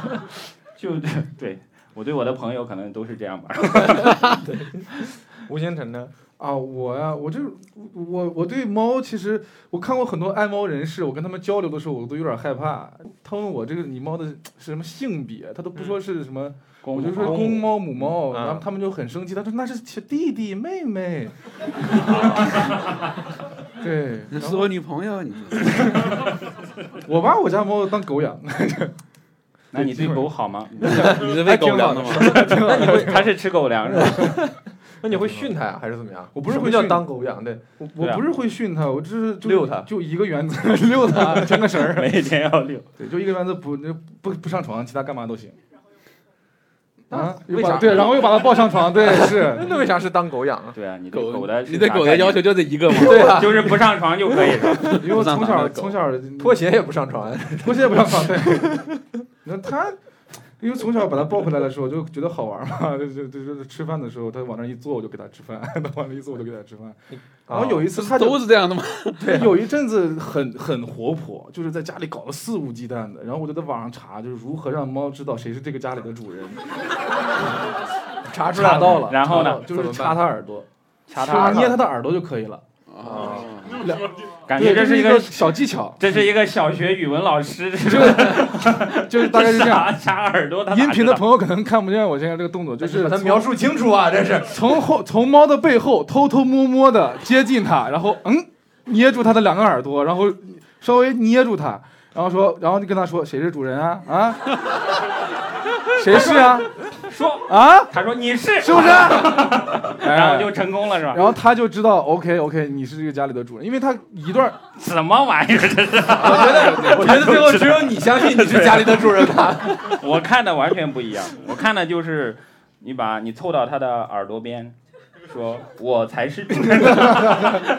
C: 就对我对我的朋友可能都是这样吧。
B: 吴星辰呢？
E: 啊，我呀、我就是我，我对猫其实我看过很多爱猫人士，我跟他们交流的时候，我都有点害怕。他问我这个你猫的是什么性别，他都不说是什么，
C: 公
E: 我就说
C: 公
E: 公猫母猫，
B: 啊
E: 然后他们就很生气，他说那是小弟弟妹妹。 对，
D: 那
E: 然
D: 是
E: 后
D: 我女朋友，你说
E: 我把我家猫当狗养，
C: 那你对狗好 吗？
D: 你是喂狗粮的吗？
C: 那你会他是吃狗粮是吧？
B: 那你会训它呀，还是怎么样？
E: 我不是
B: 什
E: 会
B: 么叫
E: 训
B: 当狗养的，
E: 我
C: 对
E: 我
C: 啊
E: 不是会训它，我只是就
B: 遛它
E: 就一个原则， 遛它牵个绳儿，
C: 每天要遛，
E: 对，就一个原则不不不上床，其他干嘛都行。啊，又
B: 为
E: 把
B: 啥
E: 对，然后又把它抱上 床，对，是。
B: 那为啥是当狗养啊？
C: 对啊，你对
D: 狗
C: 的
D: 你对狗的要求就这一个吗？
B: 对啊，
C: 就是不上床就可以 了。
E: 因为我
D: 不上
E: 从
D: 床
E: 小
D: 的啊狗
E: 从小
B: 拖鞋也不上床，
E: 拖鞋不要放，对。 那他，因为从小把他抱回来的时候就觉得好玩嘛， 就就就就吃饭的时候，他往那儿一坐，我就给他吃饭； 他往那儿一坐，我就给他吃饭。 然后有一次他就
D: 都是这样的吗？
E: 啊对啊有一阵子很很活泼，就是在家里搞了肆无忌惮的。然后我就在网上查，就是如何让猫知道谁是这个家里的主人，
B: 查出来
E: 查到了。
C: 然后呢
E: 查到了就是
B: 怎么办
E: 插它耳朵，
C: 掐
E: 就
C: 他
E: 是捏它的耳朵就可以了。
D: 啊，
C: 感觉
E: 对，
C: 这
E: 这
C: 是
E: 是
C: 一
E: 一
C: 个
E: 个小技巧，
C: 这是一个小学语文老师，这是
E: 就是大概是这样。
C: 傻傻耳朵，他哪
E: 音频
C: 知
E: 的
C: 道
E: 朋友可能看不见我现在这个动作，就
B: 就是
E: 是
B: 把它描述清楚啊，这是。
E: 从后从猫的背后偷偷摸摸的接近它，然后嗯捏住它的两个耳朵，然后稍微捏住它，然后说，然后就跟它说谁是主人啊啊，谁是啊
C: 说，
E: 啊，
C: 他说你是，
E: 是不是？
C: 然后就成功了是吧？
E: 然后它就知道 OK OK 你是这个家里的主人，因为它一段
C: 什么玩意儿？这
B: 我
C: 是，
B: 觉得，我觉得最后只有你相信你是家里的主人吧。
C: 我看的完全不一样，我看的就是你把你凑到他的耳朵边，说我才是主人，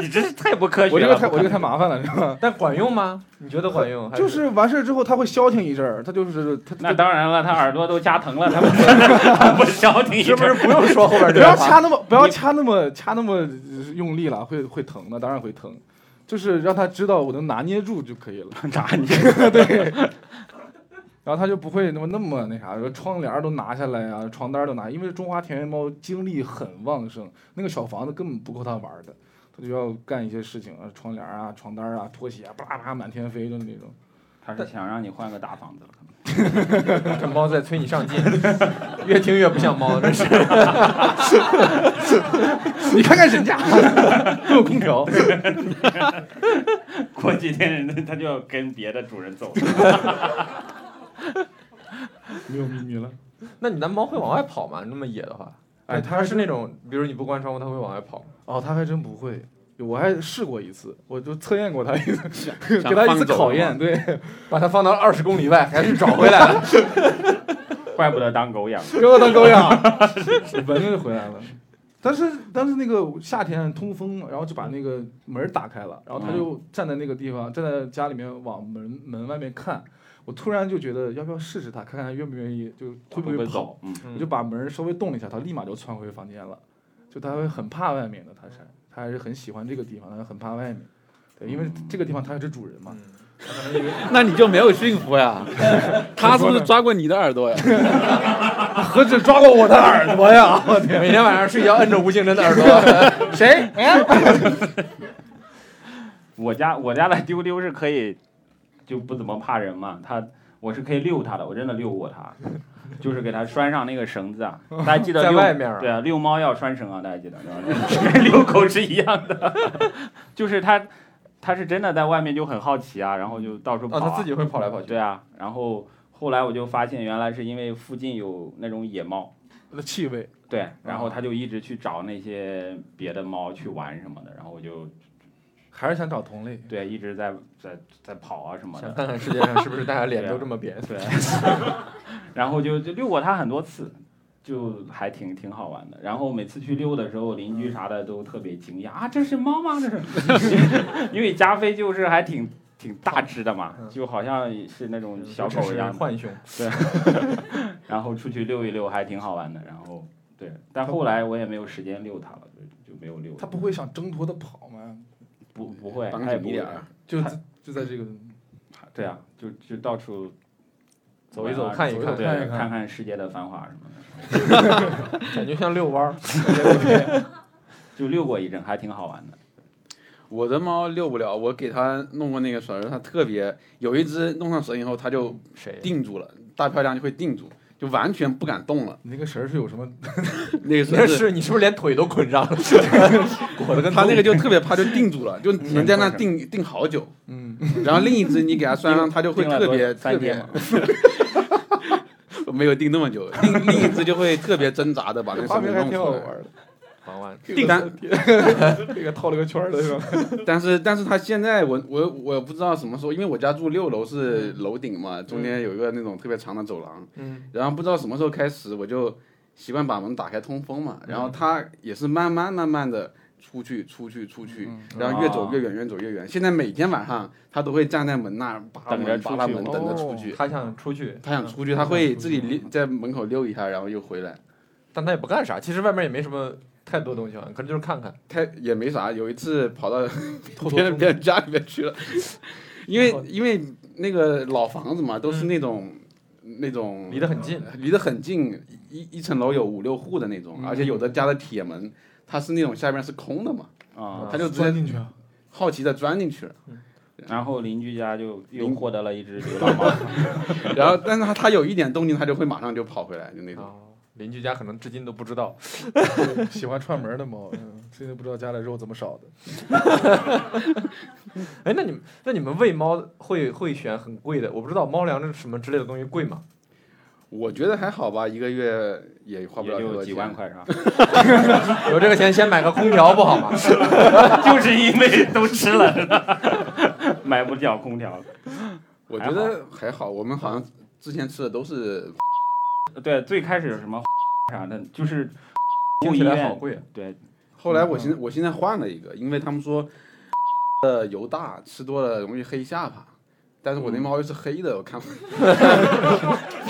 C: 你真是太不科学了。
E: 我这个太
C: 不
E: 我
C: 可能啊
E: 这个太麻烦了，是吧？
B: 但管用吗？你觉得管用？还
E: 就是完事儿之后，它会消停一阵儿，它就是它
C: 那当然了，他耳朵都夹疼了，他 不他不消停一
B: 是
C: 阵
B: 不
C: 儿
B: 是不用说后边
E: 不
B: 这
E: 要
D: 啊
B: 个话？
E: 掐那么不要
C: 你
E: 掐那么掐那么呃用力了，会会疼的，当然会疼。就是让他知道我能拿捏住就可以了，
C: 哪 你
E: 然后他就不会那么那么那啥，说窗帘儿都拿下来啊，床单儿都拿，因为中华田园猫精力很旺盛，那个小房子根本不够它玩儿的，它就要干一些事情啊，窗帘儿啊、床单儿啊、拖鞋啊，叭叭满天飞的那种。
C: 他是想让你换个大房子了。
B: 这猫在催你上进，越听越不像猫，真 是。
E: 你看看人家，都有空调，
C: 过几天人家他就要跟别的主人走了。
E: 没有秘密了。
B: 那你那猫会往外跑吗？那么野的话，
E: 哎，它
B: 它是那种，比如你不关窗户，它会往外跑吗。
E: 哦，他还真不会。我还试过一次，我就测验过他一次，
D: 想
E: 给他一
D: 放
E: 次
D: 走
E: 考
D: 吗
E: 验。对，
B: 把它放到二十公里外，还是找 回来了。
C: 怪不得当狗养。
E: 给我当狗养，蚊子就回来了。但是但是那个夏天通风，然后就把那个门打开了，然后他就站在那个地方，站在家里面往门门外面看。我突然就觉得要不要试试它，看看它愿不愿意，就会不
C: 会
E: 会跑。
C: 走？嗯，
B: 嗯
E: 我就把门稍微动了一下，它立马就窜回房间了。就它会很怕外面的，它是它还是很喜欢这个地方，它很怕外面。对，因为这个地方它是主人嘛。
D: 那你就没有驯服呀？ 他是不是抓过你的耳 朵呀？
E: 何止抓过我 的耳朵呀！我天，
B: 每天晚上睡觉摁着吴敬真的耳 朵，谁？
C: 我家我家的丢丢是可以，就不怎么怕人嘛。它我是可以遛它的，我真的遛过它，就是给它拴上那个绳子啊。大家记得
B: 在
C: 遛
B: 外面啊
C: 对啊，遛猫要拴绳啊，大家记得，跟 遛狗是一样的。就是它，它是真的在外面就很好奇啊，然后就到处跑、
B: 哦，
C: 啊
B: 它自己会跑来跑去。
C: 对啊，然后后来我就发现，原来是因为附近有那种野猫。
E: 我的气味。
C: 对，然后他就一直去找那些别的猫去玩什么的，然后我就
E: 还是想找同类。
C: 对一直在在在跑啊什么
B: 想
C: 的，
B: 看看世界上是不是大家脸都这么扁。
C: 对， 然后就就遛过它很多次，就还挺挺好玩的。然后每次去遛的时候，邻居啥的都特别惊讶啊，这是猫吗？这是， 因为加菲就是还挺挺大只的嘛，
B: 嗯
C: 就好像是那种小狗一样的，
B: 浣熊，
C: 然后出去遛一遛还挺好玩的。然后对，但后来我也没有时间遛它了，就就没有遛
E: 它。不会想挣脱的跑吗？
C: 不不会，
D: 绑
C: 它也
D: 紧
C: 不
D: 一
C: 会
D: 点。儿。
E: 就
C: 它
E: 在就在这个
C: 对啊，就就到处
B: 走一走，
C: 玩啊
B: 看一
E: 走一
B: 看
E: 走，
C: 对，
E: 看一看
C: 看看世界的繁华什么的，
B: 感觉像遛弯儿。
C: 就遛过一阵，还挺好玩的。
D: 我的猫遛不了，我给它弄过那个绳儿，它特别有一只弄上绳以后，它就
B: 谁？
D: 定住了，大漂亮就会定住，就完全不敢动了。
E: 你那个绳儿是有什么？
D: 那个
B: 你这
D: 绳子，
B: 是你是不是连腿都捆上了？
E: 裹得跟
D: 嗯它那个就特别怕，就定住了，就能在那定定好久。
E: 嗯，
D: 然后另一只你给它拴上，它就会
C: 定了多
D: 特别特
C: 三天
D: 别
C: 嘛，
D: 没有定那么久，另另一只就会特别挣扎的把那个
E: 画
D: 绳
E: 面
D: 子
E: 还
D: 弄
E: 挺
D: 出
E: 好
D: 来
E: 玩。的。
B: 玩玩，
D: 定单
E: 这个套了个圈儿的是吧？
D: 但是但是它现在我我我不知道什么时候，因为我家住六楼是楼顶嘛，中间有一个那种特别长的走廊，
B: 嗯，
D: 然后不知道什么时候开始我就习惯把门打开通风嘛，然后它也是慢慢慢慢的出去出去出去，然后越走越远越走越远，现在每天晚上它都会站在门那儿扒
C: 等着
D: 门
C: 出
D: 扒拉
C: 去
D: 门等着出去，
B: 哦他想出去，嗯
D: 它想出去，它会自己溜在门口溜一下，然后又回来。
B: 但他也不干啥。其实外面也没什么太多东西玩，可能就是看看。
D: 它也没啥，有一次跑到
E: 偷偷
D: 别人
E: 冲
D: 别人家里面去了，因为因为那个老房子嘛，都是那种、那种嗯
B: 离得很近，
D: 离得很近，一一层楼有五六户的那种，而且有的家的铁门它是那种下边是空的嘛，
C: 啊、
D: 它就直
E: 钻
D: 接
E: 进去啊，
D: 好奇的钻进去了。
C: 然后邻居家就又获得了一只流浪猫，
D: 然后，但是它它有一点动静，它就会马上就跑回来，就那种。
B: 哦，邻居家可能至今都不知道。
E: 喜欢串门的猫，嗯，最近不知道家里肉怎么少的。
B: 哎，那你们那你们喂猫会会选很贵的？我不知道猫粮这什么之类的东西贵吗？
D: 我觉得还好吧，一个月也花不了
C: 也
D: 多
C: 就
D: 少
C: 几
D: 钱。
C: 万块是吧？
B: 有这个钱先买个空调不好吗？
C: 就是因为都吃了，是吧 买不了空调。
D: 我觉得还好，我们好像之前吃的都是
C: 对，最开始有什么 啥的，就是
B: 听
C: 物医
B: 起来好
C: 院
B: 贵啊。
C: 对
D: 后来我现在我现在换了一个，因为他们说的油大，吃多了容易黑下巴。但是我那猫又是黑的，我看不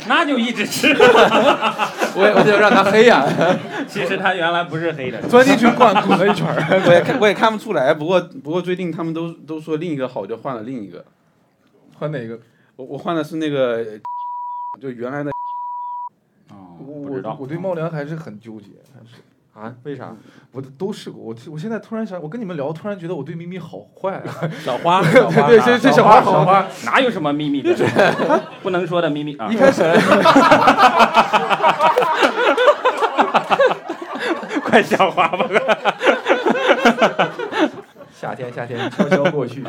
C: 那就一直吃。
B: 我也我就让它黑
D: 啊
B: 呀、
C: 其实它原来不是黑的，
E: 钻进去灌滚了一圈儿，
D: 我也 看我也看不出来。不过不过最近他们都都说另一个好，我就换了另一个。
E: 换哪个？
D: 我我换的是那个， 就原来的
C: 哦，
E: 我
C: 不知道
E: 我。我对猫粮还是很纠结，还是
B: 啊？为啥？
E: 我都试过。我我现在突然想，我跟你们聊，突然觉得我对咪咪好坏、啊。
B: 小 花，小花
E: 对，这这小花好
B: 花。
E: 坏。
C: 哪有什么秘密的？不能说的秘密啊
E: 一！开始
C: 快笑话吧！
B: 夏天，夏天悄悄过去。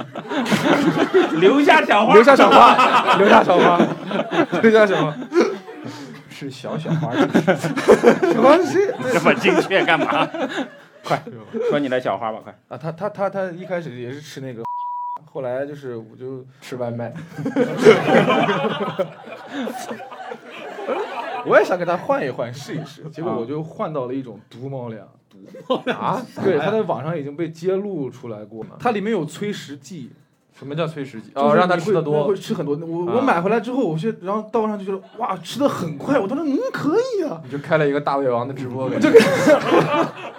C: 留下小花，
E: 留下小 花，留下小花，留下小 花。
B: 是小小花，
E: 小花是谁？
C: 这么精确干嘛？ 快说你的小花吧，快！
E: 啊，他他他他一开始也是吃那个，后来就是我就
B: 吃外卖。
E: 我也想给他换一换试一试，结果我就换到了一种毒猫粮。
B: 啊？
E: 对，它在网上已经被揭露出来过嘛，它里面有催食剂，
B: 什么叫催食剂？
E: 就
B: 哦，
E: 是
B: 让它
E: 你
B: 吃的
E: 会
B: 多
E: 会。吃很多。我
B: 啊
E: 我买回来之后，我去，然后倒上去觉得哇，吃的很快，我当时嗯可以啊，
B: 你就开了一个大胃王的直播呗。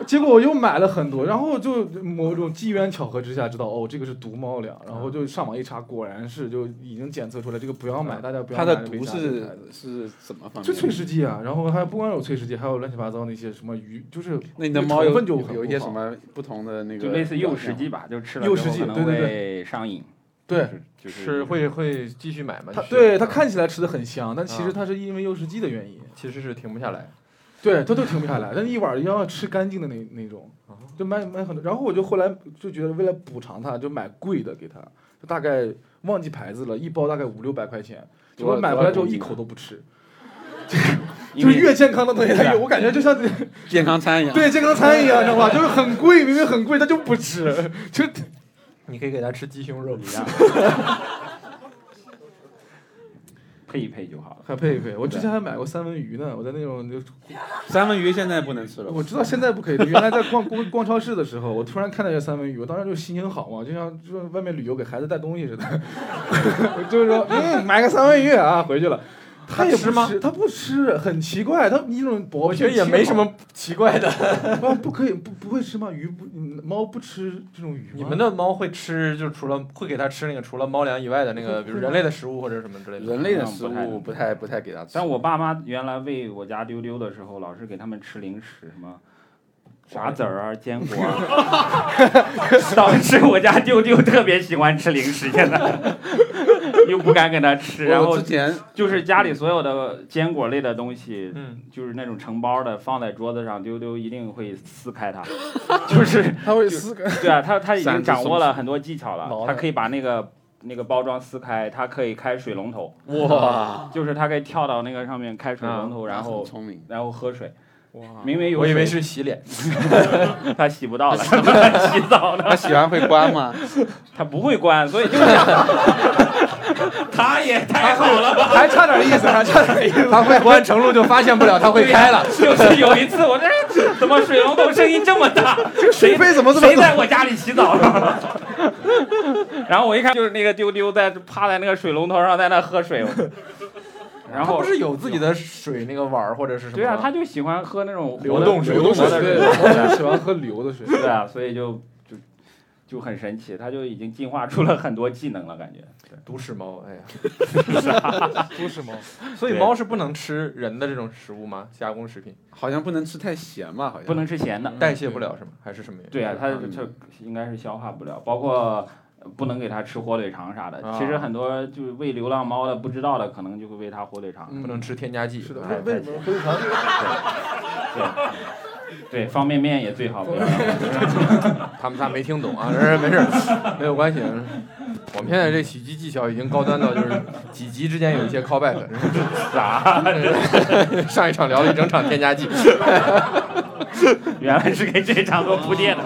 E: 结果我又买了很多，然后就某种机缘巧合之下知道哦，这个是毒猫粮，然后就上网一查，果然是就已经检测出来，这个不要
B: 啊
E: 买，大家不要
D: 它
E: 买。
D: 的毒
E: 没啥这个牌
D: 是
E: 子
D: 是怎么方面？
E: 就催食剂啊，然后还不光有催食剂，还有乱七八糟那些什么鱼，就是
D: 那你的猫有
E: 成分就很不好
D: 有一些什么不同的那个？
C: 就类似诱食剂吧，就吃了
E: 诱
C: 之后
E: 食剂
C: 可能
E: 对对
C: 会上瘾。
E: 对。
C: 就是，就是
B: 会会继续买吗？
E: 它
B: 是
E: 对它，看起来吃的很香，但其
B: 啊
E: 实它是因为诱食剂的原因，
B: 其实是停不下来。
E: 对，它都停不下来，但是一碗儿要吃干净的那那种
B: 哦，
E: 就买买很多。然后我就后来就觉得为了补偿它，就买贵的给它，就大概忘记牌子了，一包大概五六百块钱，结
D: 多
E: 果
D: 少
E: 买回来之后
D: 多少
E: 一口都不吃，
C: 因
E: 就
C: 为
E: 是越健康的东西它越，我感觉就像
D: 啊 健康餐一样。
E: 对健康餐一样，知道吧？就是很贵，明明很贵，它就不吃， 就
B: 你可以给它吃鸡胸肉。
C: 一样，配一配就好了。
E: 还配一配。我之前还买过三文鱼呢，我在那种就
D: 三文鱼现在不能吃了。
E: 我知道现在不可以了，原来在逛逛逛超市的时候，我突然看到一个三文鱼，我当时就心情好嘛，就像就像外面旅游给孩子带东西似的， 我就是说，嗯，买个三文鱼啊，回去了。他也不
B: 吃吗？
E: 他不吃，很奇怪，他一种薄
B: 我觉得也没什么奇怪的。
E: 啊，不可以，不不会吃吗？鱼不，嗯猫不吃这种鱼吗？
B: 你们的猫会吃，就除了会给它吃那个除了猫粮以外的那个，比如人类的食物或者什么之类的。
D: 人类的食物
C: 嗯
D: 不太不太给它吃。
C: 但我爸妈原来喂我家溜溜的时候，老是给他们吃零食，什么瓜子儿啊、坚果啊， 导致我家丢丢特别喜欢吃零食，现在又不敢给他吃，然
D: 我
C: 后
D: 之前
C: 就是家里所有的坚果类的东西，
B: 嗯，
C: 就是那种成包的放在桌子上，丢丢一定会撕开它，就是
E: 他会撕开，
C: 对啊，他他已
D: 擅
C: 经
D: 自
C: 掌握
D: 松
C: 了很多技巧
E: 挠
C: 了，
E: 它
C: 他可以把那个那个包装撕开，他可以开水龙头，
D: 哇，
C: 就是他可以跳到那个上面开水龙头，啊然
D: 很
C: 后
D: 聪明
C: 然后喝水，
D: 哇，
C: 明明有
B: 我以为
C: 水
B: 是洗脸。
C: 他洗不到 了，他洗澡呢，
D: 他喜欢会关吗？
C: 他不会关，所以 就是他也太好 了吧。
E: 还差点意思，还差点意思。
B: 它会关程璐就发现不了它会开了。
C: 就是有一次，我这怎么水龙头声音这么大？这
E: 水费怎么这么
C: 谁在我家里洗澡了？然后我一看，就是那个丢丢在趴在那个水龙头上，在那喝水。
B: 它
C: 然后
B: 不是有自己的水那个碗儿或者是什么？
C: 对啊，他就喜欢喝那种活的
B: 流动水
E: 流动水，
C: 活的
B: 哎
E: 对，我喜欢喝流的水。
C: 对啊，所以就就就很神奇，它就已经进化出了很多技能了，感觉。对
B: 独食猫，哎呀，
E: 都是猫，
B: 所以
C: 对
B: 猫是不能吃人的这种食物吗？加工食品
D: 好像不能吃太咸吧？好像
C: 不能吃咸的。
B: 代谢不了是吗？还是什么原因？
C: 对啊，它
D: 嗯
C: 它应该是消化不了，包括呃不能给它吃火腿肠啥的。
B: 啊
C: 其实很多就是喂流浪猫的不知道的，可能就会喂它火腿肠。
B: 不能吃添加剂。
E: 是的，
C: 哎
E: 为为什么会长 这个？
C: 对，方便面也最 好不要。
B: 他们仨没听懂啊，没事没事，没有关系。啊我们现在这喜剧技巧已经高端到就是几集之间有一些 callback，
C: 啥？
B: 上一场聊了一整场添加剂。
C: 原来是给这场做铺垫的。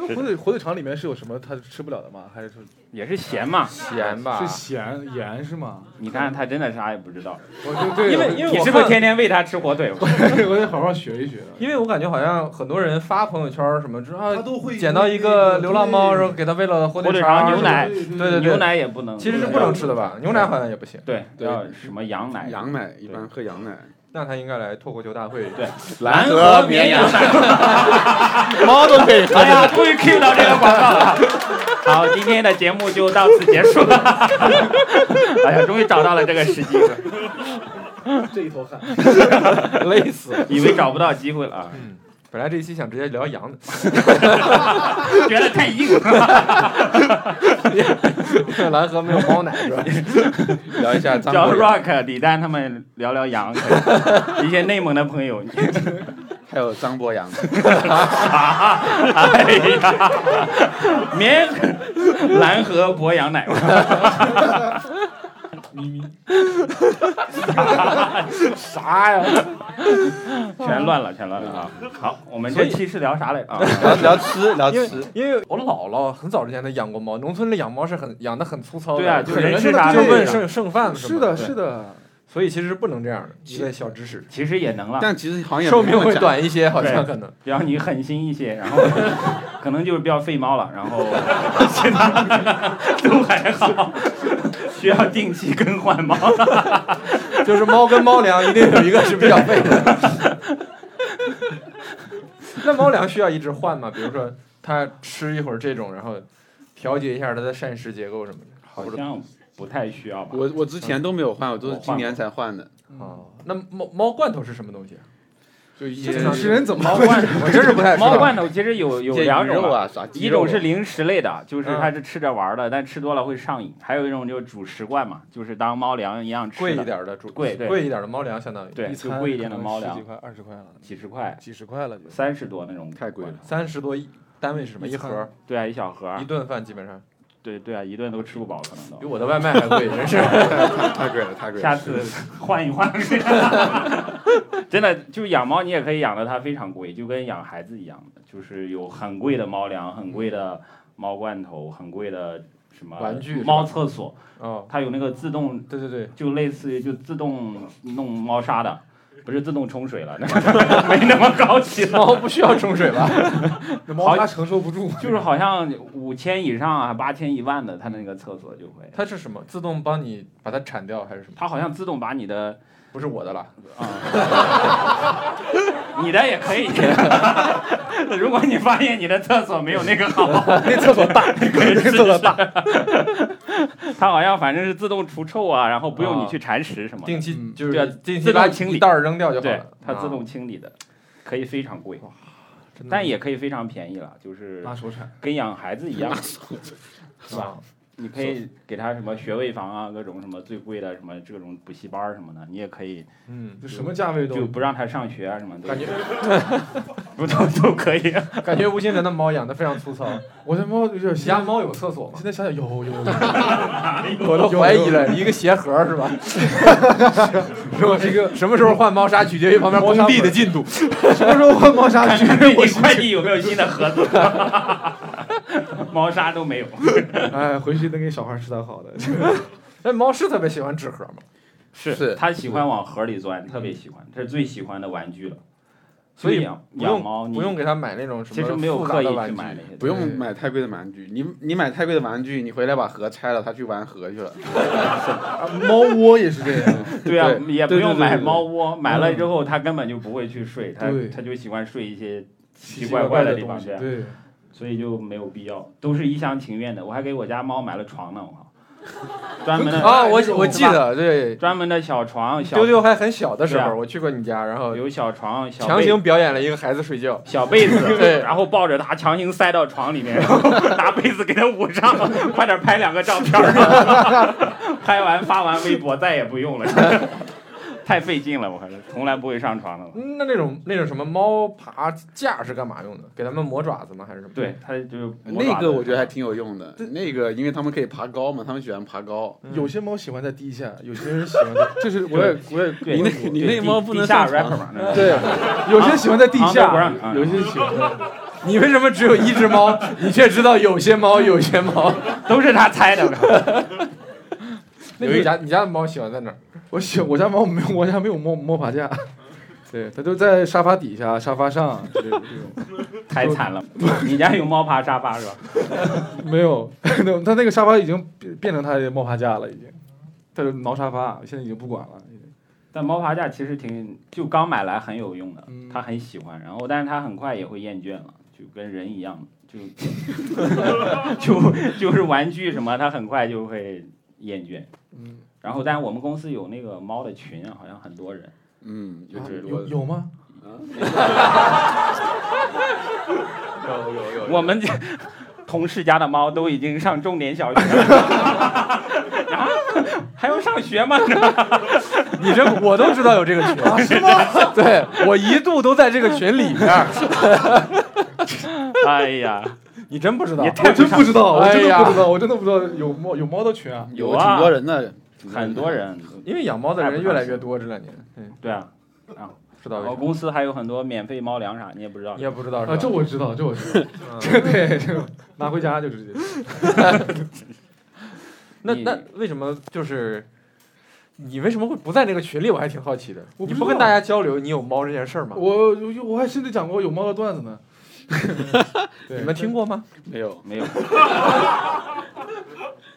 E: 因为火腿火腿肠里面是有什么它吃不了的吗？还是说
C: 也是咸嘛？
B: 咸吧
E: 是，咸盐是 吗？
C: 你看它真的啥也不知道。
E: 我就对，
B: 因为因为
C: 你
B: 我
C: 是不是
B: 看
C: 天天喂它吃火腿？
E: 我得好好学一学啊了。
B: 因为我感觉好像很多人发朋友圈儿什么，之后
G: 他都会
B: 捡到一个流浪猫，然后
G: 对
B: 给它喂了火
C: 火腿
B: 肠、
C: 肠、牛奶，
G: 对对
B: 对对对
C: 牛奶也不能，
B: 其实是不能吃的吧？牛奶好像也不行。
C: 对，
D: 对
C: 要什么羊奶？
D: 羊奶一般喝羊奶，
B: 那他应该来脱口秀大会。
C: 对
D: 蓝
C: 河
D: 河
C: 绵
D: 绵
C: 羊
D: 羊
C: 奶。
D: 猫都可以喝
C: 哎呀，终于 Q 到这个广告 了。好，今天的节目就到此结束了。 哎呀，终于找到了这个时机了，
G: 这一头汗。
D: 累死了。
C: 以为找不到机会了啊，
B: 本来这一期想直接聊羊的，
C: 觉得太硬了。
B: 蓝河没有猫奶 是吧？
D: 聊一下张
C: 找
D: 国荣，
C: Rock、李诞他们聊聊羊，可以一些内蒙的朋友。
D: 还有张博洋，
C: 哎呀，绵蓝河博羊奶。
B: 啥呀？
C: 全乱了，全乱了啊！好，我们这期是聊啥来着啊？
D: 聊聊吃聊
B: 因为
D: 吃，
B: 因为我姥姥很早之前她养过猫，农村里养猫是很养的很粗糙的，
C: 对啊，
B: 就
C: 就人
E: 人
C: 吃
E: 真的
C: 啥
B: 就
E: 对
C: 喂
B: 问
C: 啥。
B: 剩剩饭什
E: 是
B: 么的，
E: 的，是的，
B: 所以其实不能这样的，一个小知识，
C: 其实也能了，
D: 但其实好像也
B: 寿
D: 没
B: 命
D: 那么
B: 会
D: 讲，
B: 短一些，好像可能。
C: 只要你狠心一些，然后可能就是比较费猫了，然后其他都还好，需要定期更换猫。
B: 就是猫跟猫粮一定有一个是比较废的。 那猫粮需要一直换吗？比如说它吃一会儿这种，然后调节一下它的膳食结构什么的。
C: 好像不太需要吧？
D: 我我之前都没有换，我都是今年才换的。
B: 哦，那猫猫罐头是什么东西啊？
D: 就一
B: 这
D: 些
B: 种
E: 吃人怎么
C: 猫罐头，
B: 我真是不太知道
C: 猫罐头其实有有
D: 一些
C: 两
D: 鱼
C: 种
D: 肉
C: 吧。
D: 啊啥，鸡
C: 一
D: 肉
C: 种是零食类的，就是
B: 嗯
C: 它是吃着玩儿的，但吃多了会上瘾；还有一种就是主食罐嘛，就是当猫粮一样吃的。
B: 贵一点的主
C: 贵对
B: 贵一点的猫粮相当于
C: 对，
E: 一
C: 就
E: 餐
C: 贵一点的
E: 可能
C: 猫
E: 十
C: 粮
E: 几，块、二十块了，
C: 几十块、
E: 几十块了就。
C: 三十多那种，
D: 太贵了。
B: 三十多一单位是什么
E: 一
B: 一
E: 餐
B: 盒
C: 对啊，一哦小盒儿
B: 一，顿饭基本上
C: 对对啊，一顿都吃不饱，可能
B: 比
C: 都。
B: 我的外卖还贵，真是。
D: 太贵了，太贵
C: 下
D: 了。
C: 次换一换。 真的，就是养猫，你也可以养的它非常贵，就跟养孩子一样的，就是有很贵的猫粮、很贵的猫罐头、很贵的什么
B: 嗯玩具是吧
C: 猫厕所，
B: 哦，
C: 它有那个自动，
B: 对对对，
C: 就类似于就自动弄猫砂的。不是自动冲水了，没那么高级了。
B: 猫不需要冲水吧？
E: 那猫它承受不住，
C: 就是好像五千以上啊，八千一万的，它那个厕所就 会，
B: 它是什么？自动帮你把它铲掉还是什么？
C: 它好像自动把你的
B: 不是我的了，
C: 你的也可以。 如果你发现你的厕所没有那个好，
E: 那厕所大，
C: 可以试试
E: 那厕所大，
C: 它好像反正是自动除臭啊，然后不用你去铲屎什么的，
B: 定期
E: 嗯
B: 就
C: 对啊
B: 是定期
C: 自动
B: 把
C: 清理
B: 一袋儿扔掉就好
C: 对
B: 了，。
C: 它自
B: 啊
C: 动清理的，可以非常贵，
B: 真的
C: 但也可以非常便宜了，就是
E: 拿手铲。
C: 跟养孩子一样，
B: 是吧？
C: 你可以给他什么学位房啊，各种什么最贵的什么这种补习班儿什么的，你也可以
B: 嗯，
E: 就什么价位都
C: 就不让他上学啊什么的，
B: 感觉
C: 不都都可以。啊
B: 感觉吴星辰的猫养的非常粗糙。
E: 我的猫有点
B: 你家猫有厕所吗
E: 现？在想想有有 有，
B: 我都怀疑了，一个鞋盒是 吧？是吧？这个什么时候换猫砂取决于旁边工地的进度。
E: 什么时候换猫砂
C: 看
E: 区？
C: 看最
E: 我
C: 近快递有没有新的盒子， 猫砂都没有。
E: 哎，回去能给小孩吃点好的。
B: 那猫是特别喜欢纸盒吗？
C: 是
D: 是
C: 他喜欢往盒里钻，特别喜欢，这是最喜欢的玩具了。
B: 所以
C: 就养
B: 不
C: 养猫，
B: 用
C: 你
B: 不用给它买那种
C: 其
B: 什
C: 实
B: 么
C: 没有
B: 复
C: 刻
B: 杂的
C: 意去
B: 玩
C: 买
B: 具
C: 那。些，
D: 不用买太贵的玩具，你你买太贵的玩具，你回来把盒拆了，他去玩盒去了。
E: 啊猫窝也是这样，
C: 对啊，
D: 对
C: 也不
D: 对对
C: 用
D: 对对
C: 买
D: 对
C: 猫窝，买了之后他根本就不会去睡，他
E: 对
C: 他就喜欢睡一些奇怪怪
E: 的
C: 地方啊去，
E: 对，
C: 所以就没有必要，都是一厢情愿的。我还给我家猫买了床呢，我靠，专门的
B: 啊，我
C: 是吧
B: 我记得，对，
C: 专门的小床，小
B: 丢丢还很小的时
C: 对
B: 候，
C: 啊
B: 我去过你家，然后
C: 有小床，小
B: 强
C: 被
B: 行表演了一个孩子睡觉，
C: 小被子，
B: 对
C: 然后抱着它强行塞到床里面， 然后拿被子给它捂上，快点拍两个照片儿， 拍完发完微博再也不用了， 太费劲了，我还是从来不会上床了。
B: 嗯那那种那种什么猫爬架是干嘛用的？给它们磨爪子吗？还是什么？
C: 对，，它就是磨爪
D: 那个
C: 子
D: 我觉得还挺有用的。那个因为他们可以爬高嘛，他们喜欢爬高。
G: 嗯
E: 有些猫喜欢在地下，有些人喜欢 在，这是我也我也
C: 对
D: 你那
C: 对
D: 你那
C: 地
D: 猫不能
C: 地下
D: 上床
C: rapper 嘛？那
E: 对，有些喜欢在地
C: 啊不
E: 下
C: 让啊，
E: 有些喜欢在
B: 你为什么只有一只 猫？你却知道 有些猫，有些猫。
C: 都是他猜的。
E: 那
B: 有
E: 个
B: 一家你家的猫喜欢在哪儿？
E: 我喜我家猫没有我家没有摸摸爬架，对，它都在沙发底下、沙发上这这种，
C: 太惨了， 你家有猫爬沙发是吧？
E: 没有， 那它那个沙发已经变变成它的摸爬架了，已经，它就挠沙发，现在已经不管了。已经
C: 但猫爬架其实挺，就刚买来很有用的
E: 嗯，
C: 它很喜欢，然后但是它很快也会厌倦了，就跟人一样，就就就是玩具什么，它很快就会厌倦。
E: 嗯，
C: 然后，但是我们公司有那个猫的群啊，好像很多人，
D: 嗯，
C: 就
E: 啊
C: 是
E: 有有吗？
D: 有有有
C: 我们同事家的猫都已经上重点小学了， 啊，还要上学吗？
B: 你这我都知道有这个群， 啊是吗？对我一度都在这个群里面，
C: 哎呀，
B: 你真不知道
C: 也。
E: 我
C: 太
E: 真不知道，我真
B: 哎
E: 的
B: 呀
E: 不知道，我真的不知道有猫有猫的群啊。
D: 有
C: 有啊
D: 挺多人的，
C: 很多人，
B: 因为养猫的人越来越多，这两年，嗯，
C: 对啊，
B: 不知道
C: 然
B: 为
C: 后
B: 啥，
C: 公司还有很多免费猫粮啥，你也不知道
B: 你。也不知道
E: 啊，
B: 是
E: 这
B: 吧？
E: 我知道，这我知道，
B: 嗯
E: 这对，这拿回家就直接。
B: 那
C: 你
B: 那为什么就是你为什么会不在那个群里？我还挺好奇的。
E: 我不
B: 你
E: 知
B: 不跟
E: 道
B: 大家交流你有猫这件事儿吗？
E: 我我我还甚至讲过有猫的段子呢。 对
B: 你们听过吗？
D: 没有。
C: 没有，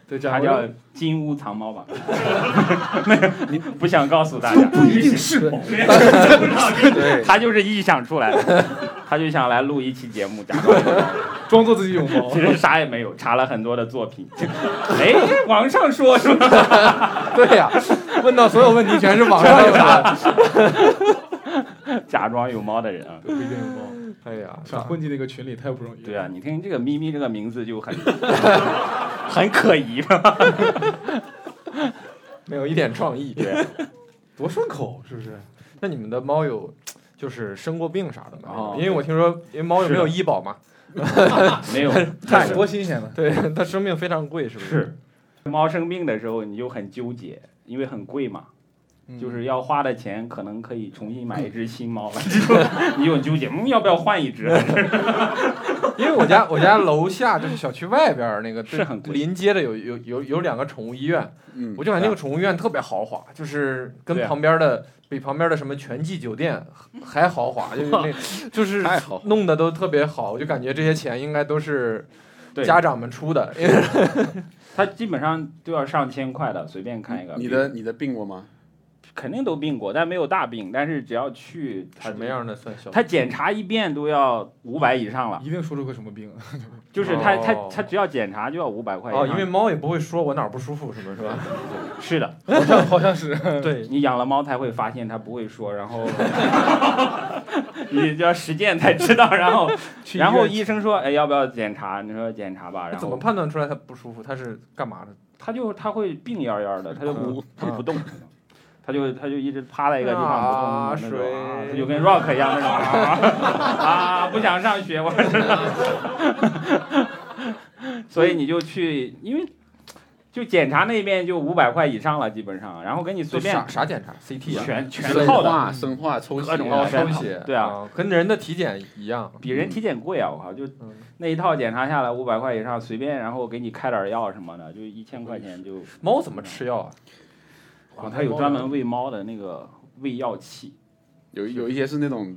E: 对，讲
C: 它
E: 过
C: 叫金屋藏猫吧？ 没有，不想告诉大家，
E: 是
D: 对，
C: 他就是臆想出来的，他就想来录一期节目，假装
D: 哦
E: 装作自己有 猫
C: 其。实啥也没有，查了很多的作品， 哎，网上说是吧？
B: 对呀、问到所有问题全是网上有 的。
C: 假装有猫的人啊。
E: 不一定有猫，
B: 哎呀，
E: 想混进那个群里太不容易。
C: 对啊，，你听这个咪咪这个名字就 很很可疑吧？
B: 没有一点创意。
C: 对啊，
E: 多顺口是不是？
B: 那你们的猫有就是生过病啥的吗？
C: 哦
B: 因为我听说，因为猫有没有医保嘛？
C: 没有，
E: 看多新鲜了。
B: 对， 它生病非常贵，是不是？
C: 是嗯猫生病的时候你就很纠结，因为很贵嘛，
E: 嗯
C: 就是要花的钱可能可以重新买一只新猫了，你就 纠结，嗯，要不要换一只？
B: 因为我家我家楼下就是小区外边儿那个
C: 是很贵
B: 临街的有有有有两个宠物医院，
D: 嗯，
B: 我就感觉那个宠物医院特别豪华，就是跟
C: 对啊
B: 旁边的比旁边的什么全季酒店还豪华，就是 那就是
D: 太好了
B: 弄得都特别好，我就感觉这些钱应该都是
C: 对
B: 家长们出的，因为
C: 它基本上都要上千块的，随便看一个。
D: 你的你的病过吗？
C: 肯定都病过，但没有大病，但是只要去，它
B: 什么？样的算小？
C: 它检查一遍都要五百以上了，
E: 一定说出个什么 病，
C: 就是它它
B: 哦
C: 它只要检查就要五百块以上。
B: 哦，因为猫也不会说我哪儿不舒服什么，是吧？
C: 是的，
E: 好像好像 是。
B: 对，
C: 你养了猫才会发现它不会说，然 后 你就要实践才知道，然后
E: 去医院
C: 然后医生说，哎，要不要检查？你说检查吧，
B: 那
C: 然
B: 怎么
C: 后
B: 判断出来它不舒服？它是干嘛的？
C: 它就它会病恹恹的，它就不它就
B: 啊
C: 不动。它就它就一直趴在一个地方不动，
B: 啊
C: 那种啊
B: 水
C: 它就跟 rock 一样那 种啊啊，不想上学，我知道。 所以你就去，因为就检查那边就五百块以上了，基本上，然后给你随便
B: 啥啥检查？CT 啊，
C: 全全
D: 生
C: 套的，
D: 化、生化、抽血
C: 各，种
B: 哦，
C: 全
B: 抽血，
C: 对啊，
B: 跟人的体检一样。
C: 比人体检贵啊！我靠，就
B: 嗯
C: 那一套检查下来五百块以上，随便然后给你开点药什么的，就一千块钱就。
B: 猫怎么吃药啊？
C: 哇，他有专门喂猫的那个喂药器，
D: 有有一些是那种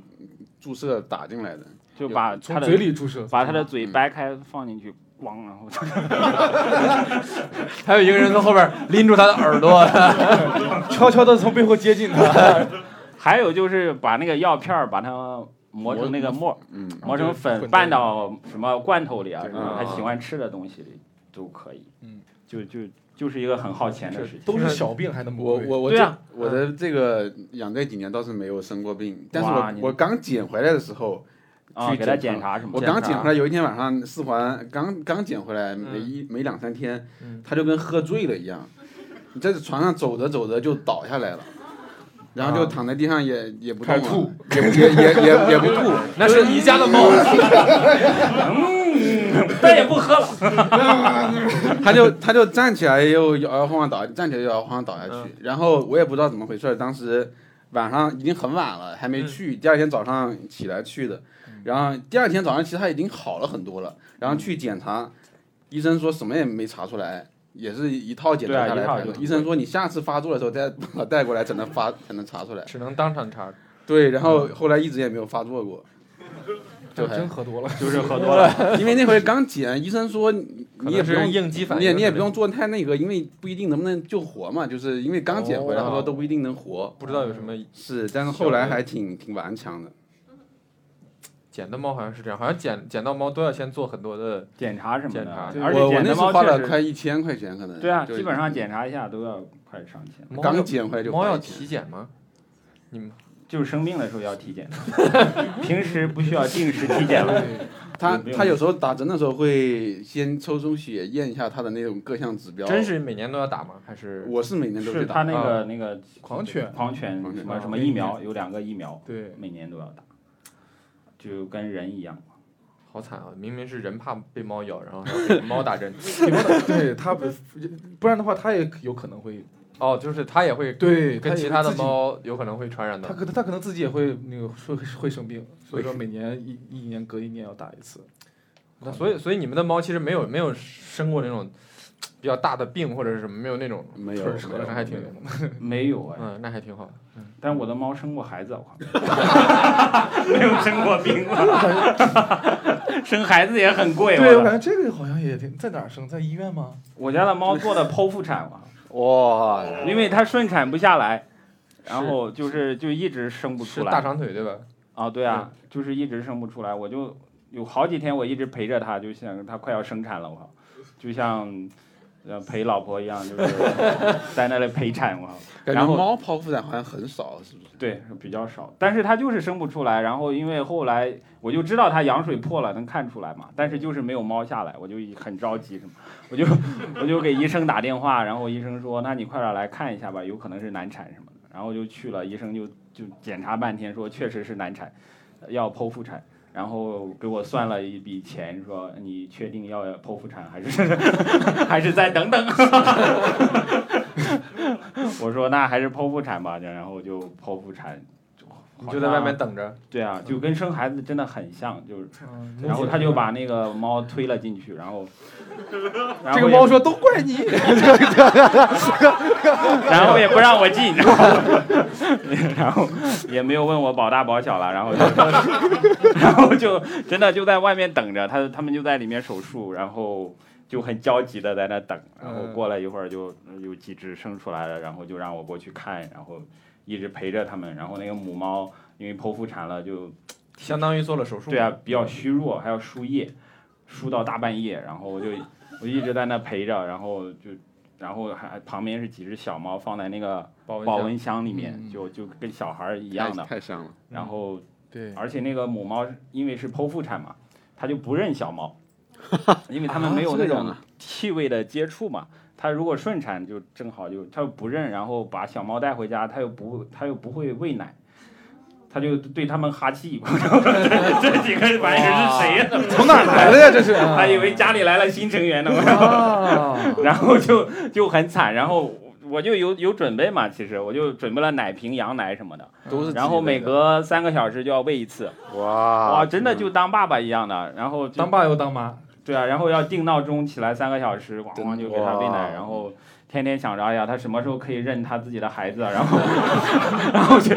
D: 注射打进来的，
C: 就把它
E: 从
C: 的
E: 嘴里注射，
C: 把它的嘴掰开放进去，咣，然后就
B: 还有一个人从后边拎住它的耳 朵，
E: 悄悄的从背后接近它。
C: 还有就是把那个药片儿把它磨成那个沫儿，
D: 嗯，
C: 磨成粉，
E: 混
C: 拌到什么罐头里啊，
E: 对
C: 什么他
D: 啊
C: 喜欢吃的东西里都可以。
E: 嗯，
C: 就就就是一个很耗钱的事情。
E: 都是小病还能
D: 我我我
C: 对
D: 这
C: 啊
D: 我的这个养这几年倒是没有生过病，但是
C: 哇
D: 我
C: 你
D: 我刚捡回来的时候，
C: 啊，
D: 去
C: 给他
D: 检
C: 检查啊嗯什么
D: 我
C: 的？
D: 刚捡回来，有一天晚上四环刚刚捡回来没一没两三天，
C: 嗯
D: 他就跟喝醉了一 样，你在床上走着走着就倒下来
C: 啊
D: 了。然后就躺在地上也也不动
E: 开始
D: 了
E: 吐，
D: 也也也也也不 吐，
B: 那是你家的猫，
C: 再也不喝了。
D: 他就他就站起来又摇摇晃晃倒，站起来又摇摇晃晃倒下去。然后我也不知道怎么回事儿，当时晚上已经很晚了，还没去。第二天早上起来去的，然后第二天早上其实他已经好了很多了，然后去检查，医生说什么也没查出来。也是一套检
C: 对
D: 查
C: 啊
D: 下来
C: 一套
D: 才能，
C: 就
D: 医生说你下次发作的时候再把我带过来才能发才能查出来。
B: 只能当场查。
D: 对，然后后来一直也没有发作过，就还
E: 真喝多了，
C: 就是喝多了，
D: 因为那回刚检，医生说你
B: 可
D: 你也
B: 能
D: 不
B: 是
D: 用
B: 应激反应，
D: 你也你也不用做太那个，因为不一定能不能救活嘛，就是因为刚捡回来，
B: 哦
D: 他说都不一定能
C: 哦
D: 活。
B: 不知道有什么
D: 是，但是后来还挺挺顽强的。
B: 捡的猫好像是这样，好像捡捡到猫都要先做很多的，
C: 检查什么
B: 检查
C: 的，而且
D: 我我
C: 捡
D: 那
C: 的
D: 次
C: 猫
D: 花
C: 确
D: 了
C: 实
D: 快一千块钱，可能
C: 对啊，
D: 就
C: 基本上检查一下都要快上千，
B: 猫要
D: 刚捡回来就
B: 猫
D: 花
B: 要
D: 一千
B: 体检吗？你们
C: 就是生病的时候要体检，平时不需要定时体检 了。有
D: 他
C: 没有
D: 他有时候打针的时候会先抽抽血验一下他的那种各项指标。
B: 真是每年都要打吗？还是
D: 我是每年都
C: 是
D: 去
C: 他
D: 打，
C: 那
B: 啊
C: 个那个
E: 狂犬
C: 狂犬
D: 狂犬
C: 什么什么疫苗，有两个疫苗，
E: 对，
C: 每年都要打，就跟人一样。
B: 好惨啊！明明是人怕被猫咬，然后 还要给猫打针。
E: 对他不 不然的话，他也有可能会
B: 哦，就是它也会
E: 对
B: 跟其他的，猫有可能会
C: 嗯
B: 传染
E: 他
B: 的。
E: 可能他可能自己也会那个会会 生病，所以说每年一一年隔一年要打一次。
B: 那所以所以你们的猫其实没有没有生过那种比较大的病或者是什么，没有那种
D: 没有
E: 腿儿
D: 没
E: 折
D: 有
E: 了
B: 那还挺
C: 没有哎，
B: 嗯，那还挺好。
C: 但我的猫生过孩子，我靠， 没有生过病吧？ 生孩子也很贵，
E: 对，我
C: 哎我
E: 感
C: 的
E: 觉这个好像也挺在哪儿生，在医院吗？
C: 我家的猫做的剖腹产啊嘛，
D: 哇，
C: 因为它顺产不下来，然后就是就一直生不
B: 是
C: 出
B: 大
C: 来。
B: 长腿对吧？
C: 啊，对啊，就是一直生不出来，我就有好几天我一直陪着他，就像他快要生产了，我靠，就像呃陪老婆一样，就是 在那里陪产，我靠，
D: 感觉
C: 然后
D: 猫剖腹产好像很少，是不是？
C: 对，比较少，但是他就是生不出来，然后因为后来我就知道他羊水破了，能看出来嘛，但是就是没有猫下来，我就很着急，什么， 我就我就给医生打电话，然后医生说，那你快点来看一下吧，有可能是难产什么的，然后就去了，医生就就检查半天，说确实是难产，要剖腹产。然后给我算了一笔钱，说你确定要剖腹产还是 还是再等 等？我说那还是剖腹产吧，然后就剖腹产，就
B: 你就在外面等着。
C: 对啊，就跟生孩子真的很像，就是，
E: 嗯
C: 然后他就把那个猫推了进去，然后，然后
E: 这个
C: 也
E: 猫，说都怪 你，
C: 然后也不让我进，然后， 然后也没有问我保大保小了，然后就， 然后就真的就在外面等着，他他们就在里面手术，然后就很焦急的在那等，
B: 嗯
C: 然后过了一会儿就有几只生出来了，然后就让我过去看，然后一直陪着他们，然后那个母猫因为剖腹产了就
B: 相当于做了手术。
C: 对啊，比较虚弱，还要输液，输到大半夜，然后我就我一直在那陪着，然后就然后还旁边是几只小猫放在那个
B: 保温
C: 保
B: 箱
C: 温箱里
E: 嗯
C: 面，
E: 嗯
C: 就就跟小孩儿一样的。
D: 太太伤了。
C: 然后
E: 对，
C: 而且那个母猫因为是剖腹产嘛，它就不认小 猫，因为它们
D: 啊
C: 没有
D: 这
C: 那
D: 样
C: 种
D: 啊
C: 气味的接触嘛。它如果顺产就正好就它又不认，然后把小猫带回家，它又不它又不会喂奶，它就对它们哈气 一口，这这几个玩意儿是谁呀、
E: 从哪儿来的 呀？这是，
C: 还以为家里来了新成员呢，
E: 啊，
C: 然后就就很惨，然后我就有有准备嘛，其实我就准备了奶瓶、羊奶什么的，
D: 都是自己
C: 然后每
D: 喂的
C: 隔三个小时就要喂一次，
B: 啊
D: 哇
C: 哇，真的
B: 嗯
C: 就当爸爸一样的，然后就
E: 当爸又当妈，
C: 对啊，然后要定闹钟起来三个小时，咣咣就给他喂
D: 哇
C: 奶，
B: 哦
C: 然后天天想着哎呀，他什么时候可以认他自己的孩子啊，然后 然后就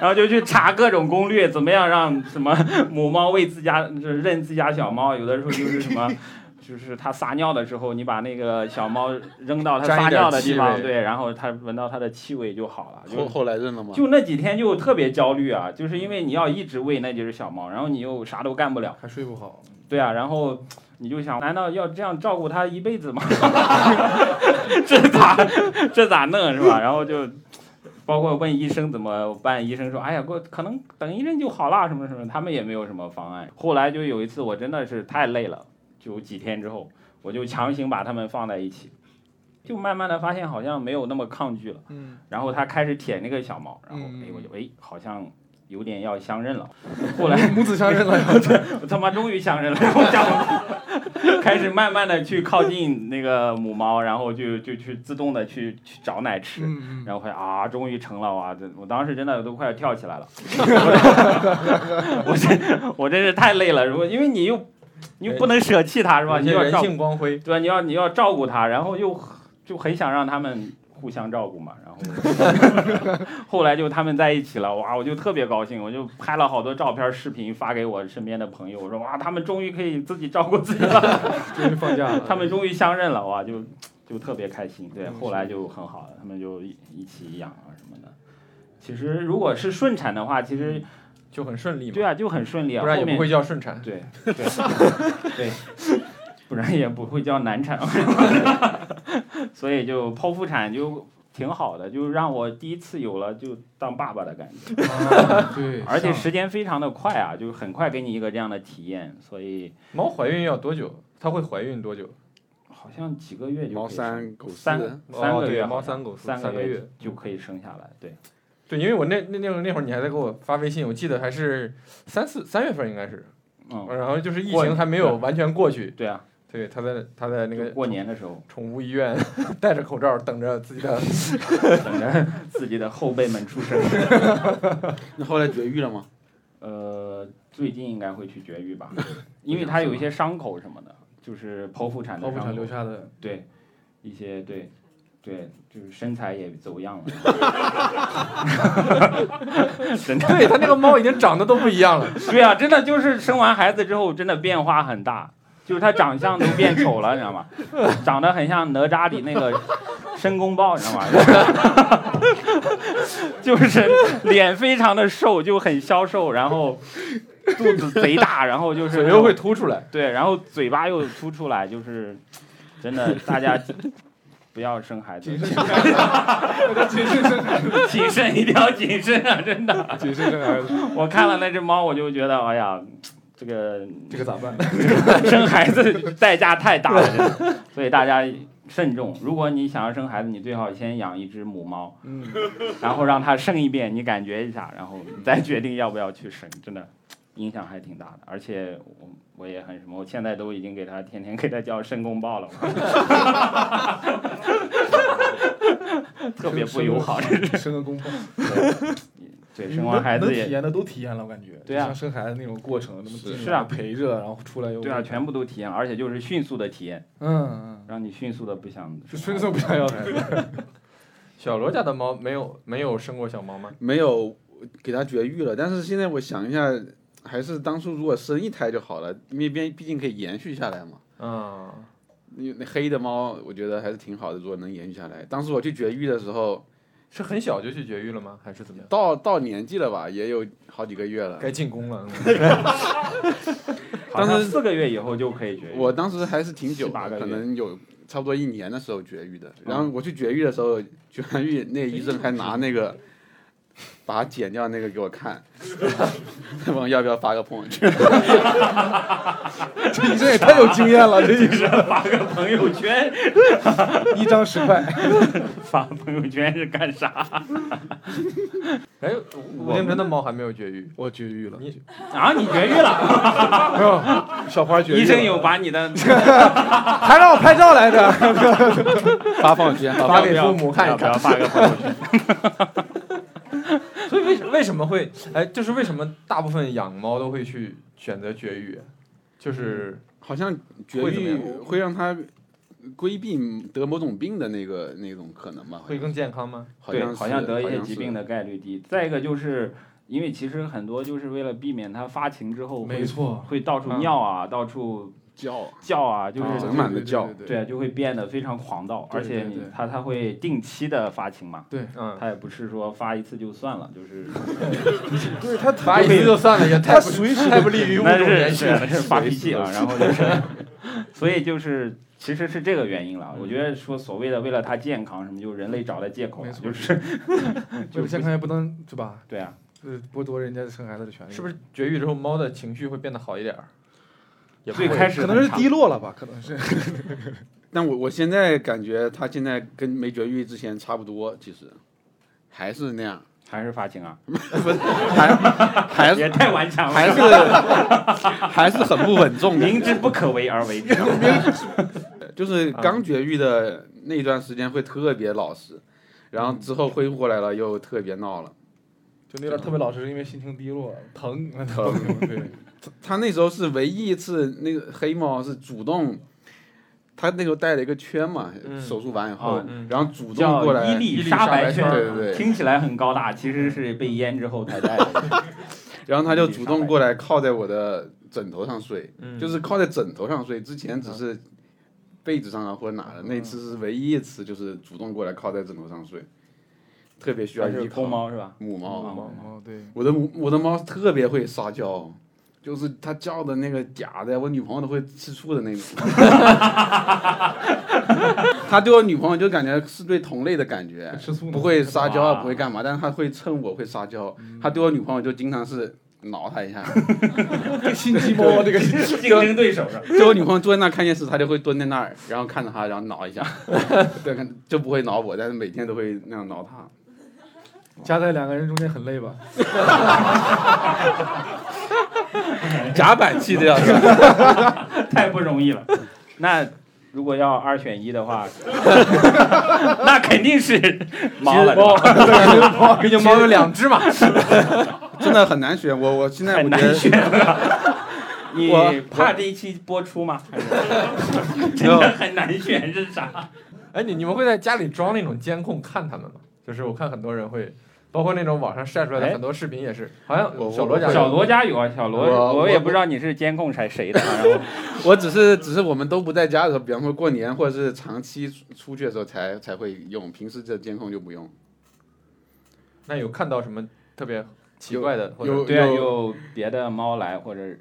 C: 然后就去查各种攻略，怎么样让什么母猫喂自家就是认自家小猫，有的时候就是什么。就是它撒尿的时候，你把那个小猫扔到它
B: 沾一
C: 撒
B: 点
C: 尿的地
B: 气
C: 方，
B: 味哦
C: 对，然后它闻到它的气味就好了。
D: 嗯后
C: 就
D: 后来认了吗？
C: 就那几天就特别焦虑啊，就是因为你要一直喂那几只小猫，然后你又啥都干不了，
E: 还睡不好，
C: 对啊，然后你就想，难道要这样照顾它一辈子吗？ 这咋这咋弄是吧？然后就包括问医生怎么办，医生说，哎呀，过可能等一阵就好啦，什么什么，他们也没有什么方案。后来就有一次，我真的是太累了，就几天之后，我就强行把它们放在一起。就慢慢的发现好像没有那么抗拒了，
E: 嗯，
C: 然后他开始舔那个小猫，然后
E: 嗯
C: 哎我就哎好像有点要相认了，后来
E: 母子相认了，
C: 我他妈终于相认了，然后想开始慢慢的去靠近那个母猫，然后就就去自动的去去找奶吃。
E: 嗯
C: 然后发现啊，终于成了哇！这我当时真的都快要跳起来了，我真我真是太累了。如果因为你又你又不能舍弃它是吧？
B: 人
C: 你
B: 家
C: 要
B: 人
C: 照
B: 性光辉，
C: 对，你要你要照顾它，然后又就很想让他们互相照顾嘛。然后后来就他们在一起了，哇，我就特别高兴，我就拍了好多照片、视频发给我身边的朋友，我说哇，他们终于可以自己照顾自己了，
E: 终于放假了，
C: 他们终于相认了，哇，就就特别开心。对，
E: 嗯
C: 后来就很好了，他们就一一起养啊什么的。其实如果是顺产的话，其实
B: 就很顺利嘛
C: 对，啊，就很顺利啊，
B: 嗯不然
C: 后
B: 也
C: 面
B: 不会叫顺产。
C: 对对对，不然也不会叫难 产，所以就剖腹产就挺好的，就让我第一次有了就当爸爸的感觉，
E: 啊对，
C: 而且
E: 像
C: 时间非常的快啊，就很快给你一个这样的体验，所以
B: 猫怀孕要多久？它会怀孕多久？
C: 好像几个月就
D: 猫
C: 可以生
D: 三狗四
C: 三三
B: 哦
C: 个
B: 对
C: 月好像，
B: 猫三狗四
C: 三
B: 三个
C: 月
B: 月嗯
C: 就可以生下来，对，
B: 对，因为我那那那会儿那会儿你还在给我发微信，我记得还是三四三月份应该是，
C: 嗯，
B: 然后就是疫
C: 过嗯
B: 情还没有完全过去，
C: 对啊，
B: 对，他在他在那
C: 就
B: 个
C: 过年的时 候，
B: 宠物医院戴着口罩等着自己的，
C: 等着自己的后辈们出生，
D: 那后来绝育了吗？
C: 呃，最近应该会去绝育吧，因为它有一些伤口什么的，就是剖腹产的
E: 剖腹
C: 伤
E: 产
C: 口
E: 留下的
C: 对，一些对，对，就是身材也走样了。 真的，
B: 对他那个猫已经长得都不一样了，
C: 对啊，真的就是生完孩子之后，真的变化很大，就是他长相都变丑了，你知道吗？长得很像哪吒里那个申公豹，你知道吗？ 就是脸非常的瘦，就很消瘦，然后肚子贼大，然后就是
B: 嘴又会凸出 来，
C: 对，然后嘴巴又凸出来，就是真的，大家不要生孩子，
E: 谨慎生孩子，
C: 谨慎，一定要谨慎啊！真的，
E: 谨慎生孩子，
C: 我看了那只猫，我就觉得，哎呀，这个
E: 这个咋办？
C: 生孩 子代价太大了，真的 所以大家慎重。如果你想要生孩子，你最好先养一只母猫，
E: 嗯，
C: 然后让它生一遍，你感觉一下，然后你再决定要不要去生，真的。影响还挺大的，而且我我也很什么，我现在都已经给它天天给它叫申公豹了， 特别不友好。
E: 生个公婆，
C: 对，生完孩子
E: 能体
C: 也
E: 验的都体验了，我感觉，
C: 对啊
E: 就像生孩子那种过程，那么
D: 是
E: 尽
C: 是啊
E: 量陪着，然后出来又
C: 对啊，全部都体验，而且就是迅速的体验，
E: 嗯嗯，
C: 让你迅速的不想
E: 就生生不想要孩子，
B: 小罗家的猫没有没有生过小猫吗？
D: 没有给它绝育了，但是现在我想一下，还是当初如果生一胎就好了，因为毕毕竟可以延续下来嘛。
B: 嗯，
D: 那那黑的猫，我觉得还是挺好的，如果能延续下来。当时我去绝育的时候，
B: 是很小就去绝育了吗？还是怎么样？
D: 到到年纪了吧，也有好几个月了。
B: 该进宫了，
C: 好像
D: 当时
C: 四个月以后就可以绝育。
D: 我当时还是挺久
C: 七八个
D: 的，
C: 月
D: 可能有差不多一年的时候绝育的。然后我去绝育的时候，绝完育那个医生还拿那个 把它剪掉那个给我看， 问我要不要发个朋友圈。
E: 这这也太有经验了， 这一生
C: 发个朋友圈，
E: 一张十块，
C: 发朋友圈是干啥
B: 哎，吴京真的猫还没有绝育，
E: 我绝育了，
B: 你
C: 啊？你绝育了？
E: 小花绝育 了，
C: 医生有把你的
E: 还让我拍照来着，
D: 发朋友圈，发
B: 发给父母看一
C: 要不要
B: 看。
C: 发个朋友圈？
B: 所以为什为什么会哎，就是为什么大部分养猫都会去选择绝育，啊就是
D: 好像绝
B: 会怎么
D: 育
B: 样
D: 会让它规避得某种病的那个那种可能吧？好
B: 会
D: 像
B: 更健康吗？
D: 好
C: 对，
D: 像
C: 好
D: 是
C: 像得一
D: 好
C: 些
D: 像
C: 疾
D: 是
C: 病的概率低。再一个就是因为其实很多就是为了避免它发情之后会
E: 没错，
C: 会到处
B: 嗯
C: 尿啊，到处
D: 叫，
C: 叫啊，就是
D: 啊整满的叫
E: 对对对
C: 对，就会变得非常狂躁，
E: 对
C: 而
E: 对
C: 且
E: 对
C: 你他他会定期的发情嘛，
B: 嗯，
C: 他也不是说发一次就算了，就是
E: 对对，他
B: 发一次就算了，也太
E: 他
B: 不
E: 随时
B: 太不利于物种
C: 那
B: 延
C: 是
B: 续
C: 是
B: 了。
C: 是发脾气啊，然后就是，所以就是其实是这个原因了。我觉得说所谓的为了他健康什么，就人类找的借口啊
E: 没，错
C: 就是
E: 就是健康也不能是吧？
C: 对啊，
E: 就是剥夺人家生孩子的权利，
B: 是不是绝育之后猫的情绪会变得好一点儿？也不
C: 最
B: 会
C: 开始
E: 可能是
C: 很
E: 低落了吧？可能是
D: 但我我现在感觉他现在跟没绝育之前差不多，其实还是 那样，
C: 常还是发情啊，
D: 还
C: 也
D: 是
C: 太顽强了，
D: 还是 还是很不稳重的。
C: 明知不可为而为之。啊
D: 就是刚绝育的那一段时间会特别老实，然后之后恢复过来了又特别闹了。
E: 就那段特别老实，是因为心情低 落，疼
D: 疼。
E: 对，
D: 他那时候是唯一一次，那个黑猫是主动，他那时候戴了一个圈嘛，
B: 嗯
D: 手术完以后
C: 哦，
B: 嗯
D: 然后主动
C: 叫
D: 过来
C: 伊，丽
B: 伊丽
C: 莎
B: 莎白
C: 白
B: 圈
C: 圈，
D: 对对对，
C: 听起来很高大，其实是被阉之后才戴的。
D: 然后他就主动过来靠在我的枕头上睡，
B: 嗯
D: 就是靠在枕头上睡，之前只是。被子上啊，或者哪的，那次
C: 嗯
D: 是唯一一次，就是主动过来靠在枕头上睡，特别需要
C: 还
D: 依
C: 是
D: 靠
C: 公。猫是吧？
D: 母猫，啊
C: 嗯
E: 哦对，
D: 我的母我的猫特别会撒娇，就是它叫的那个嗲的，我女朋友都会吃醋的那种。 它对我女朋友就感觉是对同类的感觉，
E: 吃醋呢
D: 不会撒娇啊，
C: 哇嗯
D: 不会干嘛，但是它会蹭我，会撒娇。它对我女朋友就经常是挠它一下，
E: 心机猫这个
C: 竞争对手是吧？
D: 就我女朋友坐在那儿看电视，它就会蹲在那儿，然后看着它，然后挠一下， 对，就不会挠我，但是每天都会那样挠 它。
E: 夹在两个人中间很累 吧？
D: 夹板气这样子。
C: 太不容易了。那如果要二选一的话，那肯定是猫了。
B: 猫
C: 是吧，
E: 啊
B: 毕竟猫有两 只嘛。
D: 真的很难选。我我现在
C: 很
D: 我觉
C: 难
D: 得
C: 选啊。你
D: 我
C: 怕这一期播出吗？还是真
D: 没
C: 的
D: 有
C: 很难选是啥？
B: 哎，你你们会在家里装那种监控看它们吗？就是我看很多人会，包括那种网上晒出来的
C: 哎
B: 很多视频也是，好像
D: 我
B: 小罗家有
C: 小罗家有啊，小罗，
D: 我
C: 我也不知道你是监控谁谁的啊。然后
D: 我只是只是我们都不在家的时候，比方说过年或者是长期出出去的时候才才会用，平时这监控就不用。
B: 那有看到什么特别奇怪的？或者
D: 有
C: 对啊，
D: 有
C: 有别的猫来或者人。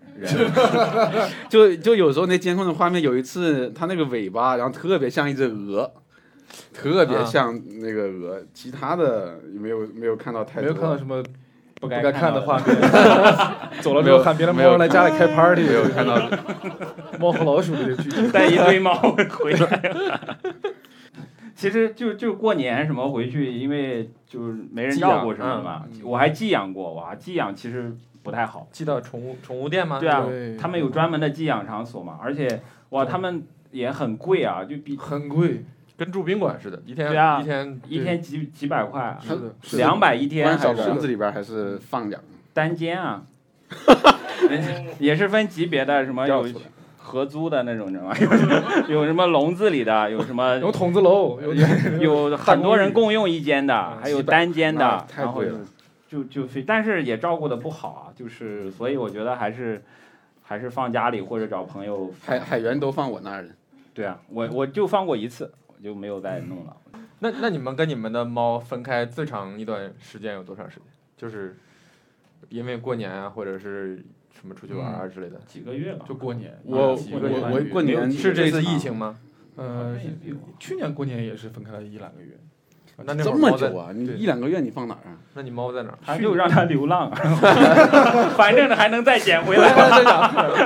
D: 就就有时候那监控的画面，有一次它那个尾巴，然后特别像一只鹅，特别像那个鹅。其他的没有没有看到太
E: 没
D: 多。
E: 有看到什么
C: 不
E: 不
C: 该
E: 该看
C: 看
E: 的
C: 话，
E: 画面。走了之后喊别的
D: 没有
E: 猫来家里开 party，
D: 没有看到。
E: 猫和老鼠这个剧 情。
C: 带一堆猫回来。 其实就就过年什么回去，因为就是没人照顾什
D: 嗯
C: 么的嘛。我还寄养过，我还寄养其实不太好。
B: 寄到宠物宠物店吗？
C: 对啊
E: 对，
C: 他们有专门的寄养场所嘛，而且哇，他们也很贵啊，就比
E: 很贵，
B: 跟住宾馆似的，一天、
C: 对啊
B: 一天
C: 一天几几百块啊，
E: 是的，
D: 是
C: 两百一天
D: 关小
C: 还
D: 笼
C: 是
D: 子里边还是放养，
C: 单间 啊？也是分级别的，什么有
D: 掉出来
C: 合租的那种，你知道吗？有有什么笼子里的，有什么
E: 有筒子楼，有
C: 有很多人共用一间的，还有单间
D: 那
C: 的，
D: 太
C: 然后
D: 贵了。
C: 就就非，但是也照顾的不好啊，就是所以我觉得还是还是放家里或者找朋友。
D: 海海源都放我那儿了。
C: 对啊，我我就放过一次，我就没有再弄了。
B: 那那你们跟你们的猫分开最长一段时间有多长时间？就是因为过年啊，或者是什么出去玩啊
D: 嗯
B: 之类的。
C: 几个月吧，
E: 就过年，啊
D: 我
B: 几
D: 我
B: 个月
D: 我过年
B: 是这次
D: 最长
B: 疫情吗？
E: 呃
C: 好像也没有，
E: 去年过年也是分开了一两 个月，
B: 那那
D: 这
B: 会儿猫
D: 么
B: 在
D: 久？啊？你
E: 对
D: 一两个月你放哪儿啊？
B: 那你猫在哪儿？
C: 他就让它流浪啊， 反正还能再捡回来，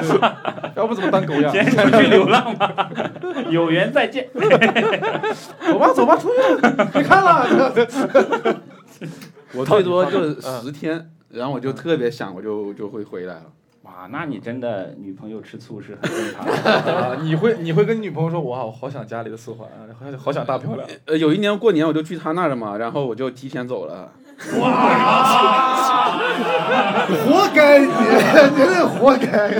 E: 要不怎么当狗养？
C: 先出去流浪吧， 有缘再见。
E: 走吧走吧，出去，别看 了。
D: 我最多就是
B: 嗯
D: 十天，然后我就特别想，我就就会回来了。
C: 哇，那你真的女朋友吃醋是很正常的。
E: 啊你会你会跟女朋友说，我好好想家里的四环，好想好想大漂亮。
D: 呃，有一年过年我就去他那儿了嘛，然后我就提前走了。
G: 活该你，真的活该。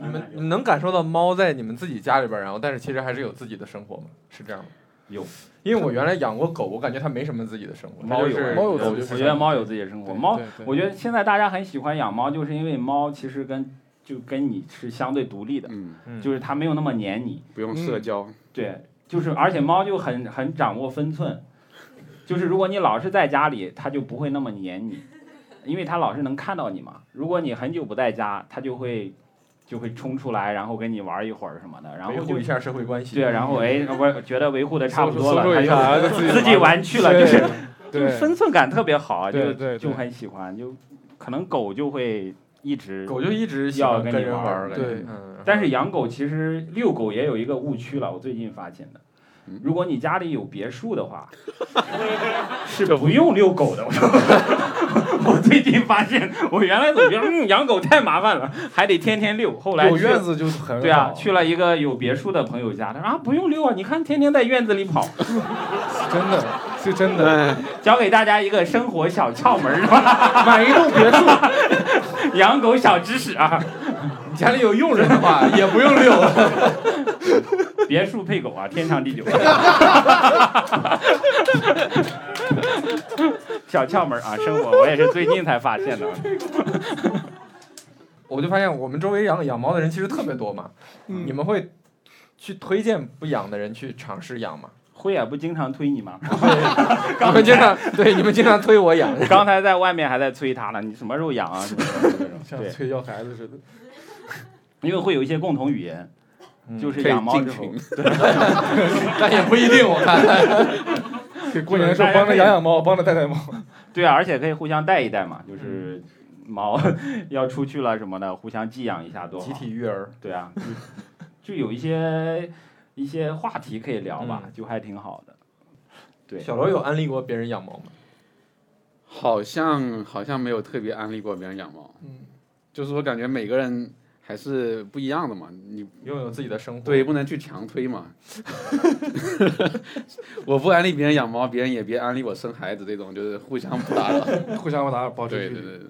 B: 你们你能感受到猫在你们自己家里边儿，然后但是其实还是有自己的生活吗？是这样吗？
C: 有，
B: 因为我原来养过狗，我感觉它没什么自己的生活，它
C: 猫
B: 就
C: 有
B: 是
E: 猫有
B: 狗就
C: 我
B: 是
C: 觉得猫有自己的生活，猫
E: 对对
C: 我觉得现在大家很喜欢养猫，就是因为猫其实跟就跟你是相对独立的，
D: 嗯，
C: 就是它没有那么黏你。
D: 不用社交，
C: 对，就是而且猫就很很掌握分寸，就是如果你老是在家里，它就不会那么黏你，因为它老是能看到你嘛。如果你很久不在家，它就会就会冲出来，然后跟你玩一会儿什么的，然后
B: 维
C: 就
B: 护一下嗯社会关系。
C: 对，然后哎，我觉得维护的差不多了，
D: 搜
C: 它
D: 索一下
C: 就
D: 自己
C: 自己玩去了，
E: 对
C: 就是就是
E: 对，
C: 分寸感特别好，啊
E: 对
C: 就
E: 对对
C: 就很喜欢，就可能狗就会一直
B: 狗就一直喜欢跟人玩儿，
E: 要跟你玩儿
B: 感觉嗯，
C: 但是养狗其实遛狗也有一个误区了，我最近发现的
D: 嗯。
C: 如果你家里有别墅的话，是不用遛狗的。我我最近发现，我原来总觉得嗯养狗太麻烦了，还得天天遛。后来
E: 有
C: 去
E: 院子就很
C: 对啊
E: 好，
C: 去了一个有别墅的朋友家，他说啊不用遛啊，你看天天在院子里跑。
E: 真的是真的，
D: 哎，
C: 教给大家一个生活小窍门儿吧，
E: 买一栋别 墅，
C: 养狗小知识啊，
B: 你 家里有佣人的 话，也不用遛。
C: 别墅配狗啊，天长地久。小窍门儿啊，生活我也是最近才发现的。
B: 我就发现我们周围养养猫的人其实特别多嘛，
E: 嗯
B: 你们会去推荐不养的人去尝试养吗？
C: 辉也不经常推你吗？
B: 你们经常对你们经常推我 养，
C: 刚才在外面还在催他呢，你什么时候养啊？什么时候养这种
E: 像
C: 对，
E: 催要孩子似的。
C: 因为会有一些共同语言，
B: 嗯
C: 就是
D: 可以
C: 养猫
D: 进
C: 之后
D: 群，
B: 但 也不一定。我看，
E: 对，过年的时候帮着养养猫，帮着带带猫。
C: 对啊，而且可以互相带一带嘛，就是猫 要出去了什么的，互相寄养一下多好。
B: 集体育儿，
C: 对啊，就就有一些一些话题可以聊吧，
B: 嗯
C: 就还挺好的。对，
B: 小罗有安利过别人养猫吗？
D: 好像好像没有特别安利过别人养猫，
E: 嗯
D: 就是我感觉每个人还是不一样的嘛，你
B: 拥有自己的生活，
D: 对，不能去强推嘛。 我不安利别人养猫，别人也别安利我生孩子，这种就是互相不打扰。
E: 互相打扰，保持
D: 对
E: 距
D: 对
E: 离。
D: 对，对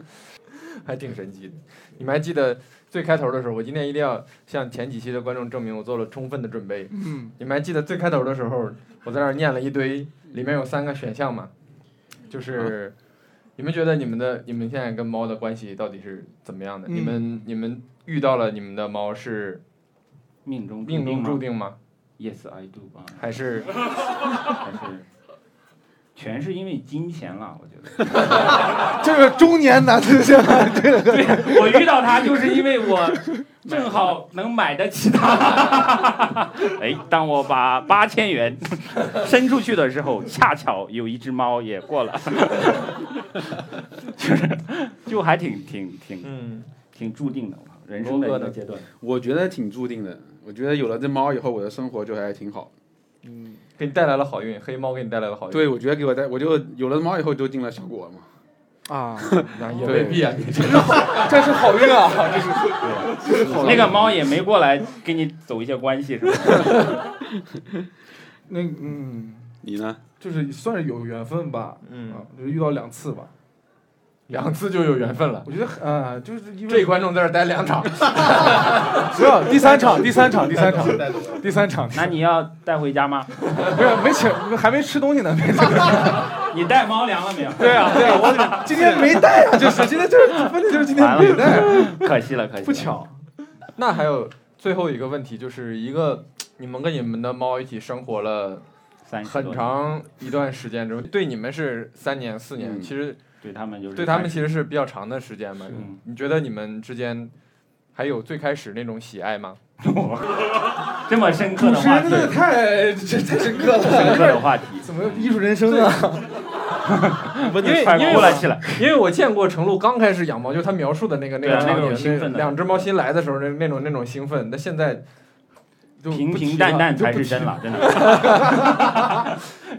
B: 还挺神奇的。你们还记得最开头的时候，我今天一定要向前几期的观众证明我做了充分的准备。
E: 嗯，
B: 你们还记得最开头的时候，我在那儿念了一堆，里面有三个选项嘛，就是
E: 啊
B: 你们觉得你们的你们现在跟猫的关系到底是怎么样的？
E: 嗯
B: 你们你们遇到了你们的猫是
C: 命中
B: 命中注
C: 定
B: 定吗？
C: 吗，Yes I do 啊，
B: 还 是
C: 还是全是因为金钱了，我觉得。
E: 这个中年男子现在这个
C: 对我遇到他就是因为 我正好能买得起他。哎，当我把八 千元伸出去的时候，恰巧有一只猫也 过了，就是就还挺挺挺
B: 嗯
C: 挺注定的，人生的一个阶段。
D: 我觉得挺注定的。我觉得有了这猫以后，我的生活就还挺好。
B: 给你带来了好运，黑猫给你带来了好运？
D: 对，我觉得给我带，我就有了猫以后就进了小果嘛。
E: 啊，
B: 那也未必啊，你 这
E: 这是好运 啊！这是
C: 那个猫也没过来跟你走一些关系，是吧？
E: 那嗯，
D: 你呢？
E: 就是算是有缘分吧。
B: 嗯
E: 啊，就是遇到两次吧。
B: 两次就有缘分了。
E: 我觉得啊，就是因
B: 这
E: 为
B: 观众在这儿待两场，
E: 不要第三场，第三场，第三场，第三场，
C: 那你要带回家吗？
E: 不是没请，还没吃东西呢。没吃
C: 你带猫粮了没有？
E: 对啊，对啊，我今天没带啊，就是今天就是问题就是今天
C: 完了
E: 没带，
C: 可惜了，可惜了
E: 不巧。
B: 那还有最后一个问题，就是一个你们跟你们的猫一起生活了
C: 三十多
B: 很长一段时间之后，对你们是三年四年，
D: 嗯
B: 其实
C: 对他们就是
B: 嗯对他们
C: 30
B: 其实是比较长的时间嘛。
C: 嗯
B: 你觉得你们之间还有最开始那种喜爱吗？
C: 这么深刻
E: 主
C: 的
E: 持
C: 话
E: 人
C: 题
E: 真，的太这太深刻
C: 深刻
E: 了，
C: 的话题，
E: 怎么艺术人生啊？
B: 因为
C: 快
B: 因为
C: 哭了
B: 我
C: 起来。
B: 因为我见过程璐刚开始养猫，就他描述的那个那
C: 对
B: 个
C: 啊
B: 场
C: 那
B: 景，
C: 种兴奋的
B: 两只猫新来的时候那那种那种兴奋，那现在就不
C: 平
B: 提
C: 平
B: 了
C: 淡淡
B: 就
C: 才
B: 不
C: 是
B: 提
C: 真了，真的。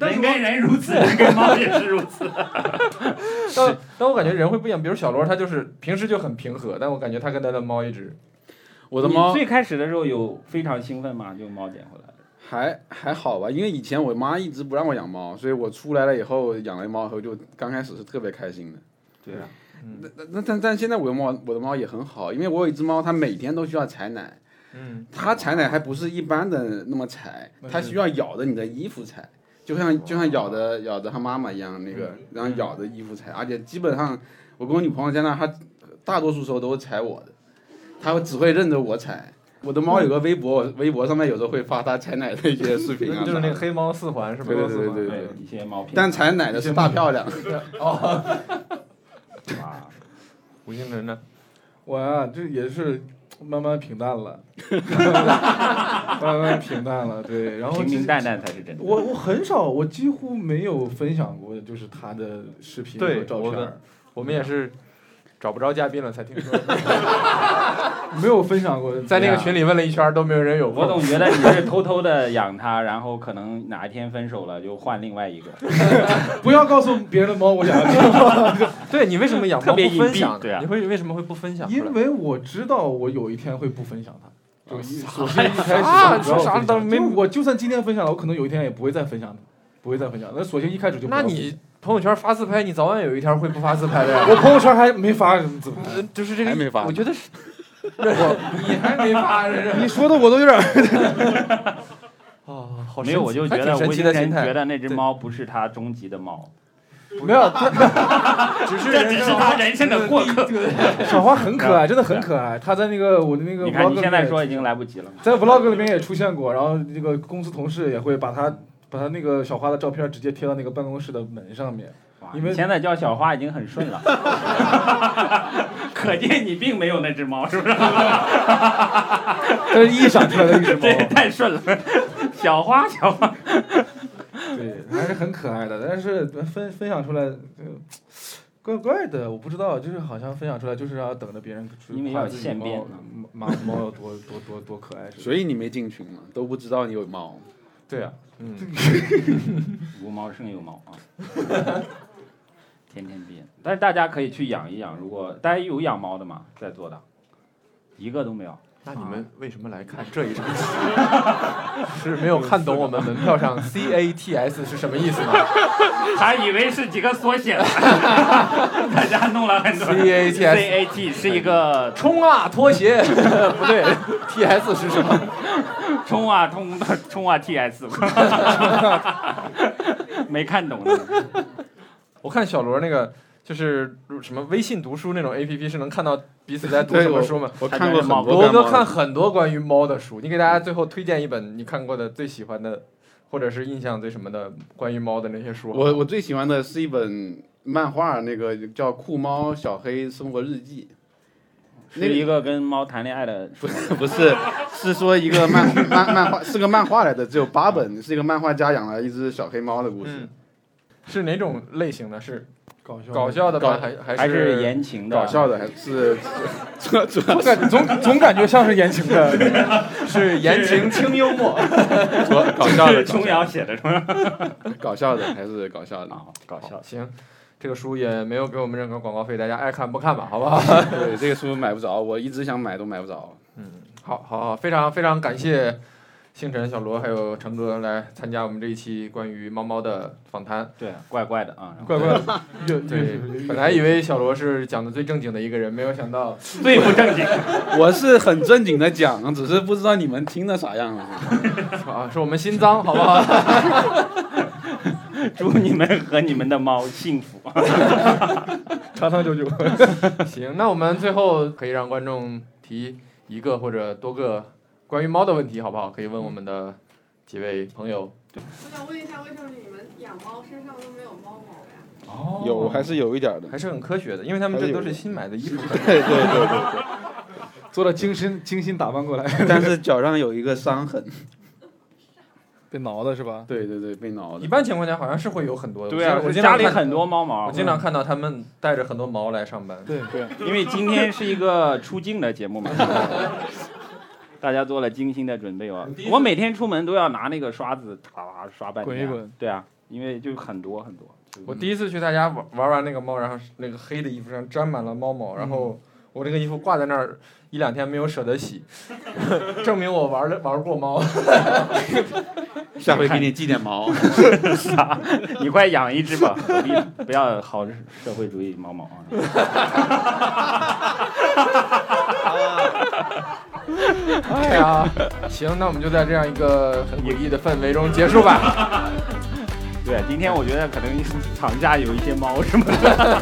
C: 人跟人如此，人跟猫也是如此。
B: 但但我感觉人会不一样，比如小罗他就是平时就很平和，但我感觉他跟他的猫一直
D: 我的猫
C: 最开始的时候有非常兴奋吗？就猫捡回来的。
D: 还还好吧，因为以前我妈一直不让我养猫，所以我出来了以后养了猫以后，就刚开始是特别开心的。
C: 对啊，
D: 那那那但但现在我的猫我的猫也很好，因为我有一只猫，它每天都需要采奶，
B: 嗯
D: 它采奶还不是一般的那么采，它需要咬着你的衣服采，就像就像咬着咬着它妈妈一样那个，然后咬着衣服采，而且基本上我跟我女朋友在那，她大多数时候都是踩我的。它只会认得我踩。我的猫有个微博，我微博上面有时候会发它采奶的一些视频 啊。
E: 就是那个黑猫四环是吧？
D: 对对对对
C: 对一些毛片。
D: 但采奶的是大漂亮。
C: 哇
B: 吴星辰呢？
E: 我啊，这也是慢慢平淡 了，慢慢平淡了，对，然后
C: 平
E: 其
C: 平
E: 实
C: 淡淡才是真的。
E: 我我很少，我几乎没有分享过，就是他的视频
B: 对
E: 和照
B: 我
E: 片
B: 们
E: 儿，
B: 我们也是找不着嘉宾了才听
E: 嗯
B: 说，
E: 没有分享过。
B: 在那个群里问了一圈儿都没有人有
C: 啊我
B: 过。
C: 总觉得你是偷偷的养它，然后可能哪一天分手了就换另外一个，
E: 啊不要告诉别人的猫我养的，
B: 对你为什么养猫
C: 特别
B: 不
C: 隐
B: 分
C: 蔽
B: 享呢？
C: 对啊
B: 你会为什么会不分享出来？
E: 因为我知道我有一天会不分享它。就
D: 啊
E: 一索性一开始
B: 啊
E: 就不要
B: 说啥
E: 分
B: 都
E: 享
B: 没
E: 就我就算今天分享了，我可能有一天也不会再分享它，不会再分享。那索性一开始就不
B: 那
E: 要 分
B: 你朋友圈发自拍，你早晚有一天会不发自拍的呀
E: 享。我朋友圈还没发什么自拍，
B: 呃就是这个，
D: 还没发
B: 我觉得是
E: 你还没发，
D: 你说的我都有点
B: 哦，好神奇
C: 没有我就觉
B: 还挺
C: 得
B: 神
C: 吴
B: 奇
C: 星
B: 的
C: 辰
B: 心
C: 觉
B: 态，
C: 得那只猫不是他终极的猫，
E: 没有，它
B: 哎只是
C: 这只是他人生的过客。
E: 小花很可爱，真的很可爱。它在那个我的那个
C: 你看
E: vlog
C: 你
E: 里
C: 现在
E: 面
C: 说已经来不及了嘛，
E: 在 vlog 里面也出现过，然后那个公司同事也会把他把他那个小花的照片直接贴到那个办公室的门上面。
C: 哇
E: 因为
C: 你现在叫小花已经很顺 了，可见你并没有那只猫，是不是？
E: 这是臆想出来的一只猫
C: 这，也太顺了，小花小花。
E: 对，还是很可爱的。但是分分享出来就怪怪的，我不知道，就是好像分享出来就是要等着别人去
C: 因为
E: 夸
C: 要
E: 自己
C: 现
E: 猫
C: 编
E: 猫猫有多多多多可爱似的。
D: 所以你没进群嘛，都不知道你有猫。
E: 对啊，
B: 嗯，
C: 无毛胜有毛啊！天天变，但是大家可以去养一养。如果大家有养猫的吗？在座的，一个都没有。
B: 那你们为什么来看这一场？ 是没有看懂我们门票上 C A T S 是什么意思吗
C: 还以为是几个缩写 呢，大家弄了很多。
B: ？C A T S
C: C A T 是一个
B: 冲啊，拖鞋 不对，T S 是什么？
C: 冲啊冲 冲啊 T S，没看懂呢。
B: 我看小罗那个就是什么微信读书那种 A P P 是能看到彼此在读
D: 对
B: 什么
D: 我
B: 书吗？
D: 我看过很多
B: 罗
D: 关
B: 哥
D: 猫的
B: 看很多关于猫的书，你给大家最后推荐一本你看过的最喜欢的，或者是印象最什么的关于猫的那些书。啊
D: 我我最喜欢的是一本漫画，那个叫《酷猫小黑生活日记
C: 是一个跟猫谈恋爱的》，
D: 不是 不是，是说一个漫漫漫画是个漫画来的，只有八本，是一个漫画家养了一只小黑猫的故事
B: 嗯。，是哪种类型的？是
E: 搞笑
B: 搞 笑的吗？
D: 搞
B: 还还
C: 还
B: 是
C: 是言情的？
D: 搞笑的还是主主要
E: 我感总总感觉像是言情的，
B: 是言情轻幽 默？
D: 主要搞笑
C: 是
D: 的
C: 琼瑶写的是吗？
D: 搞笑的还是搞笑的。
C: 啊，搞笑。
B: 行，这个书也没有给我们任何广告费，大家爱看不看吧，好不 好？
D: 对，这个书买不着，我一直想买都买不着。
B: 好好好，非常非常感谢星辰、小罗还有成哥来参加我们这一期关于猫猫的访谈。
C: 对，怪怪的啊。然后
E: 怪怪的。越
B: 对
E: 越，
B: 本来以为小罗是讲的最正经的一个人，没有想到
C: 最不正经。
D: 我是很正经的讲，只是不知道你们听的啥样了。
B: 啊，是我们心脏，好不好？
C: 祝你们和你们的猫幸福。
E: 长长久久。
B: 行，那我们最后可以让观众提一个或者多个关于猫的问题，好不好？可以问我们的几位朋友。
H: 我想问一下，为什么你们养猫身上都没有猫毛呀？
D: 有还是有一点的。
B: 还是很科学的，因为他们这都是新买的衣服。
D: 对对对对对。
E: 做了精心精心打扮过来，
D: 但是脚上有一个伤痕。
E: 被挠的是吧？
D: 对对对，被 挠
B: 一
D: 的。
B: 般情况下好像是会有很多的。啊我
C: 我
B: 经
C: 啊家
B: 常
C: 里
B: 看
C: 很多猫毛
B: 我。经常看到他们带着很多毛来上班。
E: 对对，
C: 因为今天是一个出镜的节目 嘛，大家做了精心的准备哦。我每天出门都要拿那个刷子刷刷半天。
E: 滚一滚。
C: 对啊，因为就很多很多。
B: 我第一次去他家玩玩完那个猫，然后是那个黑的衣服上沾满了猫毛，然后我这个衣服挂在那儿一两天没有舍得洗， 证明我玩了玩过猫。
D: 下回给你寄点毛。
C: 你快养一只吧，何必呢 不要好社会主义猫毛啊！
B: 哎呀，行，那我们就在这样一个很诡异的氛围中结束吧。
C: 对，啊今天我觉得可能 场下有一些猫什么的。